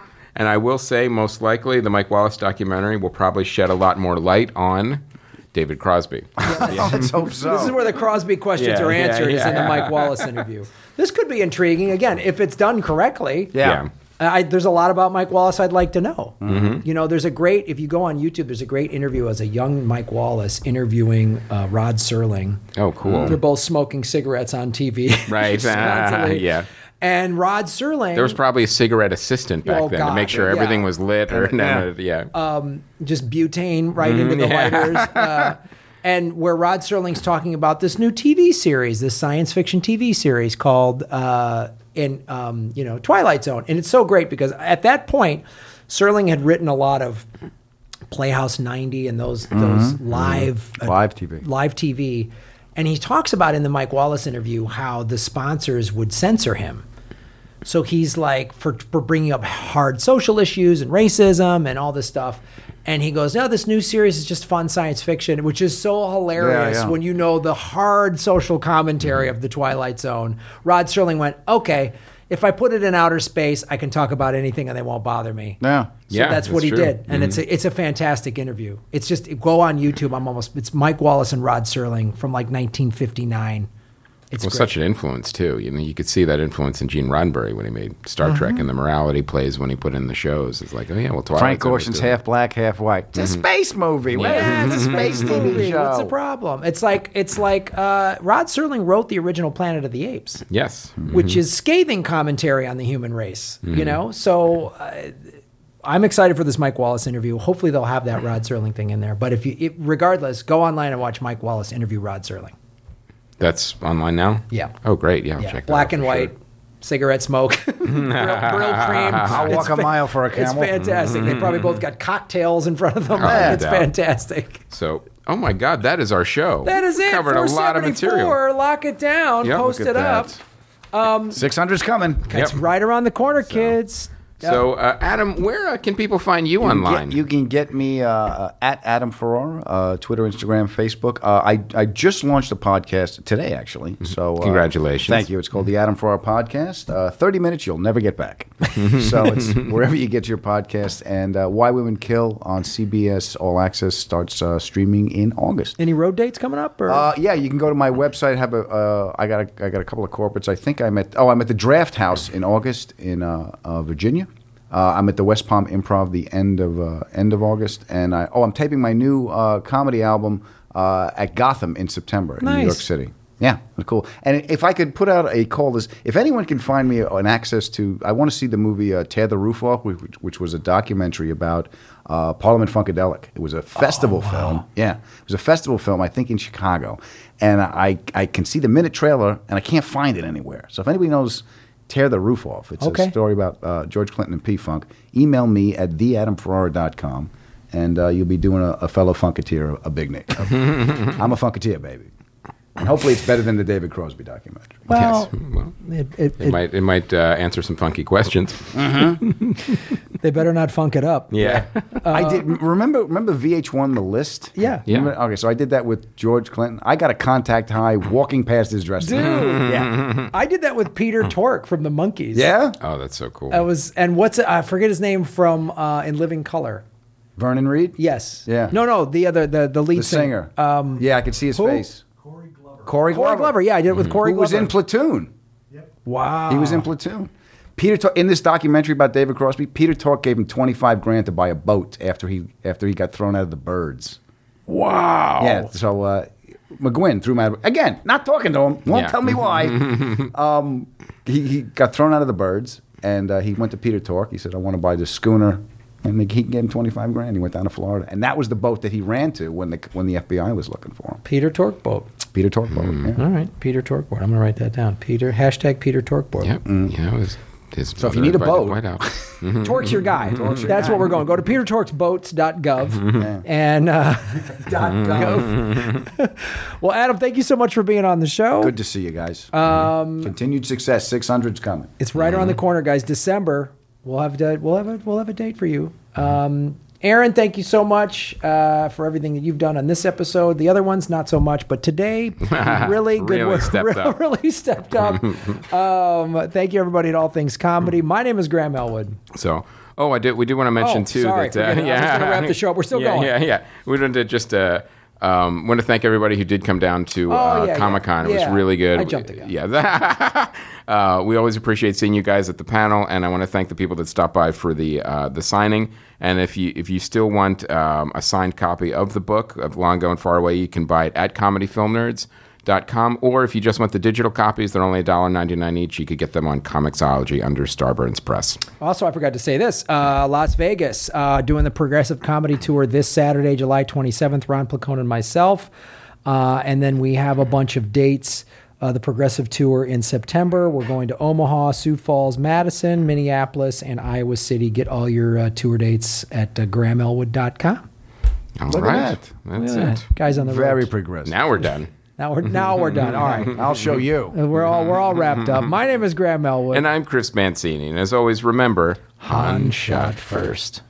B: have a- and I will say, most likely, the Mike Wallace documentary will probably shed a lot more light on David Crosby.
C: Let's hope so.
A: This is where the Crosby questions
B: Yeah,
A: are
B: yeah,
A: answered, is in the
B: yeah.
A: Mike Wallace interview. This could be intriguing again if it's done correctly.
C: yeah.
A: I, there's a lot about Mike Wallace I'd like to know.
B: Mm-hmm.
A: You know, there's a great, if you go on YouTube, there's a great interview as a young Mike Wallace interviewing uh, Rod Serling.
B: Oh, cool.
A: They're both smoking cigarettes on TV.
B: Right.
A: Constantly.
B: Yeah.
A: And Rod Serling
B: There was probably a cigarette assistant back
A: Oh,
B: then to
A: God.
B: make sure
A: Yeah. Oh,
B: everything was lit or no, yeah.
A: just butane right into the lighters. Uh, and where Rod Serling's talking about this new TV series, this science fiction TV series called uh, in um, you know Twilight Zone, and it's so great because at that point, Serling had written a lot of Playhouse 90 and those those live uh,
C: Live TV.
A: live TV, and he talks about in the Mike Wallace interview how the sponsors would censor him So he's like for, for bringing up hard social issues and racism and all this stuff. And he goes, "No, this new series is just fun science fiction," which is so hilarious
C: Yeah, yeah.
A: when you know the hard social commentary of the Twilight Zone. Rod Sterling went, "Okay, if I put it in outer space, I can talk about anything and they won't bother me."
C: Yeah.
A: So
B: Yeah,
A: that's what
B: that's
A: he
B: true. Mm-hmm.
A: did, and it's a, it's a fantastic interview. It's just go on YouTube. I'm almost it's Mike Wallace and Rod Serling from like 1959. It's
B: Well,
A: great.
B: such an influence too. You know, you could see that influence in Gene Roddenberry when he made Star Trek
A: Mm-hmm.
B: and the morality plays when he put in the shows. It's like, oh yeah, well, Twilight
C: Frank
B: Zone was
C: Ocean's
B: doing
C: half black, half white. It's a space movie. Well,
A: Mm-hmm. Yeah,
C: it's a
B: Mm-hmm.
C: space TV
A: Movie.
C: show.
A: What's the problem? It's like it's like uh, Rod Serling wrote the original Planet of the Apes,
B: it. Yes,
A: which is scathing commentary on the human race.
B: Mm-hmm.
A: You know, so uh, I'm excited for this Mike Wallace interview. Hopefully, they'll have that Rod Serling thing in there. But if you, it, regardless, go online and watch Mike Wallace interview Rod Serling.
B: that's online now.
A: Yeah.
B: Oh great. Yeah, I'll
A: Yeah,
B: check that out
A: black
B: for
A: and
B: sure.
A: white, cigarette smoke, grill, grill cream.
C: I'll
A: It's
C: walk a
A: fa-
C: mile for a
A: It's
C: camel.
A: fantastic. They probably both got cocktails in front of them.
B: Oh, no
A: it's
B: doubt.
A: fantastic.
B: So, oh my God, that is our show.
A: That is it.
B: Covered a lot of material.
A: 474, Lock it down.
B: Yep,
A: post
B: look
A: it
B: at
A: up.
B: that.
C: Six hundred's coming.
A: It's right around the corner, kids.
B: So, uh, Adam, where uh, can people find you,
C: You can
B: online?
C: get- you can get me uh, uh, at Adam Ferrara, uh, Twitter, Instagram, Facebook. Uh, I I just launched a podcast today, actually. So uh,
B: Mm-hmm. Congratulations.
C: thank you. It's called the Adam Ferrara Podcast. Uh, Thirty minutes, you'll never get back. so it's wherever you get your podcast. And uh, Why Women Kill on CBS All Access starts uh, streaming in August.
A: Any road dates coming up? Or?
C: Uh, yeah, you can go to my website. Have a uh, I got a, I got a couple of corporates. I think I'm at oh I'm at the Draft House in August in uh, uh, Virginia. Uh, I'm at the West Palm Improv the end of uh, end of August, and I oh I'm taping my new uh, comedy album uh, at Gotham in September in New
A: Nice.
C: York City. Yeah, cool. And if I could put out a call, this if anyone can find me an access to, I want to see the movie uh, "Tear the Roof Off," which, which was a documentary about uh, Parliament Funkadelic. It was a festival film. Yeah, it was a festival film. I think in Chicago, and I I can see the minute trailer, and I can't find it anywhere. So if anybody knows. Tear the roof off. It's
A: Okay.
C: a story about uh, George Clinton and P Funk. Email me at theadamferrara.com and uh, you'll be doing a, a fellow Funketeer a big nick. I'm a Funketeer, baby. And hopefully it's better than the David Crosby documentary.
A: well,
B: Well,
A: it, it,
B: it,
A: it-
B: might it might uh, answer some funky questions.
A: they better not funk it up.
B: Yeah.
C: I did remember remember VH1 the list.
A: uh, Yeah.
B: Yeah.
C: Remember- okay, so I did that with George Clinton. I got a contact high walking past his dressing room. Yeah.
A: I did that with Peter Tork from the Monkees.
C: Yeah.
B: oh, that's so cool.
A: I was, and what's I forget his name from uh, In Living Color.
C: Vernon Reed.
A: Yes.
C: Yeah.
A: No, no, the other, the the lead
C: The singer.
A: Um,
C: yeah, I could see his
A: who?
C: face.
D: Corey Glover.
C: Corey Glover.
A: Corey Glover. Yeah, I did it with
B: Mm-hmm.
A: Corey
C: Who was
A: Glover.
C: in Platoon?
D: Yep.
A: wow.
C: He was
B: Oh.
C: in Platoon. Peter Tor- in this documentary about David Crosby, Peter Tork gave him twenty five grand to buy a boat after he after he got thrown out of the birds.
B: wow.
C: Yeah. So uh, McGuinn threw him out of- again. Not talking to him. Won't
B: Yeah.
C: tell me why. um, he, he got thrown out of the birds, and uh, he went to Peter Tork. He said, "I want to buy this schooner." And they, he gave him twenty five grand. He went down to Florida, and that was the boat that he ran to when the when the FBI was looking for him.
A: Peter Tork boat.
C: Peter Tork boat.
B: Hmm.
C: yeah.
A: All right, Peter Torkboard. I'm gonna write that down. Peter hashtag Peter Torkboard.
B: Yep. Yeah. It was, his
C: Mm. So if you need a boat-
B: White House.
A: Torque's your guy. That's what we're going. Go to petertorquesboats.gov and uh, .gov. well, Adam, thank you so much for being on the show.
C: Good to see you guys.
B: Hmm.
C: Um, Continued success. Six hundred's coming.
A: It's right around the corner, guys. December, we'll have a, we'll have a, we'll have a date for you. Um, Aaron, thank you so much uh, for everything that you've done on this episode. The other ones, not so much, but today, really good
B: Really
A: work.
B: stepped up.
A: Really stepped up. um, thank you, everybody at All Things Comedy. My name is Graham Elwood.
B: So, oh, I did. We do want to mention
A: Oh,
B: too
A: sorry,
B: that uh,
A: forget it. I was
B: yeah,
A: gonna wrap the show up. We're still
B: yeah,
A: going.
B: Yeah, yeah. We wanted to just uh, um, want to thank everybody who did come down to uh,
A: Oh, yeah, yeah.
B: Comic Con. It
A: Yeah.
B: was really good.
A: I jumped the gun.
B: Yeah. Uh, we always appreciate seeing you guys at the panel, and I want to thank the people that stopped by for the uh, the signing. And if you if you still want um, a signed copy of the book of Long Gone Far Away, you can buy it at comedyfilmnerds.com. Or if you just want the digital copies, they're only $1.99 each. You could get them on Comixology under Starburns Press.
A: Also, I forgot to say this uh, Las Vegas uh, doing the Progressive Comedy Tour this Saturday, July 27th. Ron Placone and myself. Uh, and then we have a bunch of dates. Uh, the Progressive Tour in September. We're going to Omaha, Sioux Falls, Madison, Minneapolis, and Iowa City. Get all your uh, tour dates at uh, grahamelwood.com.
B: All right,
C: Look at that.
B: That's
A: Look at
B: it.
A: that. Guys on the
C: Very
A: road.
C: progressive.
B: Now we're done.
A: Now we're now we're done. All right.
C: I'll show you.
A: And We're all we're all wrapped up. My name is Graham Elwood.
B: And I'm Chris Mancini. And as always, remember, Han shot first.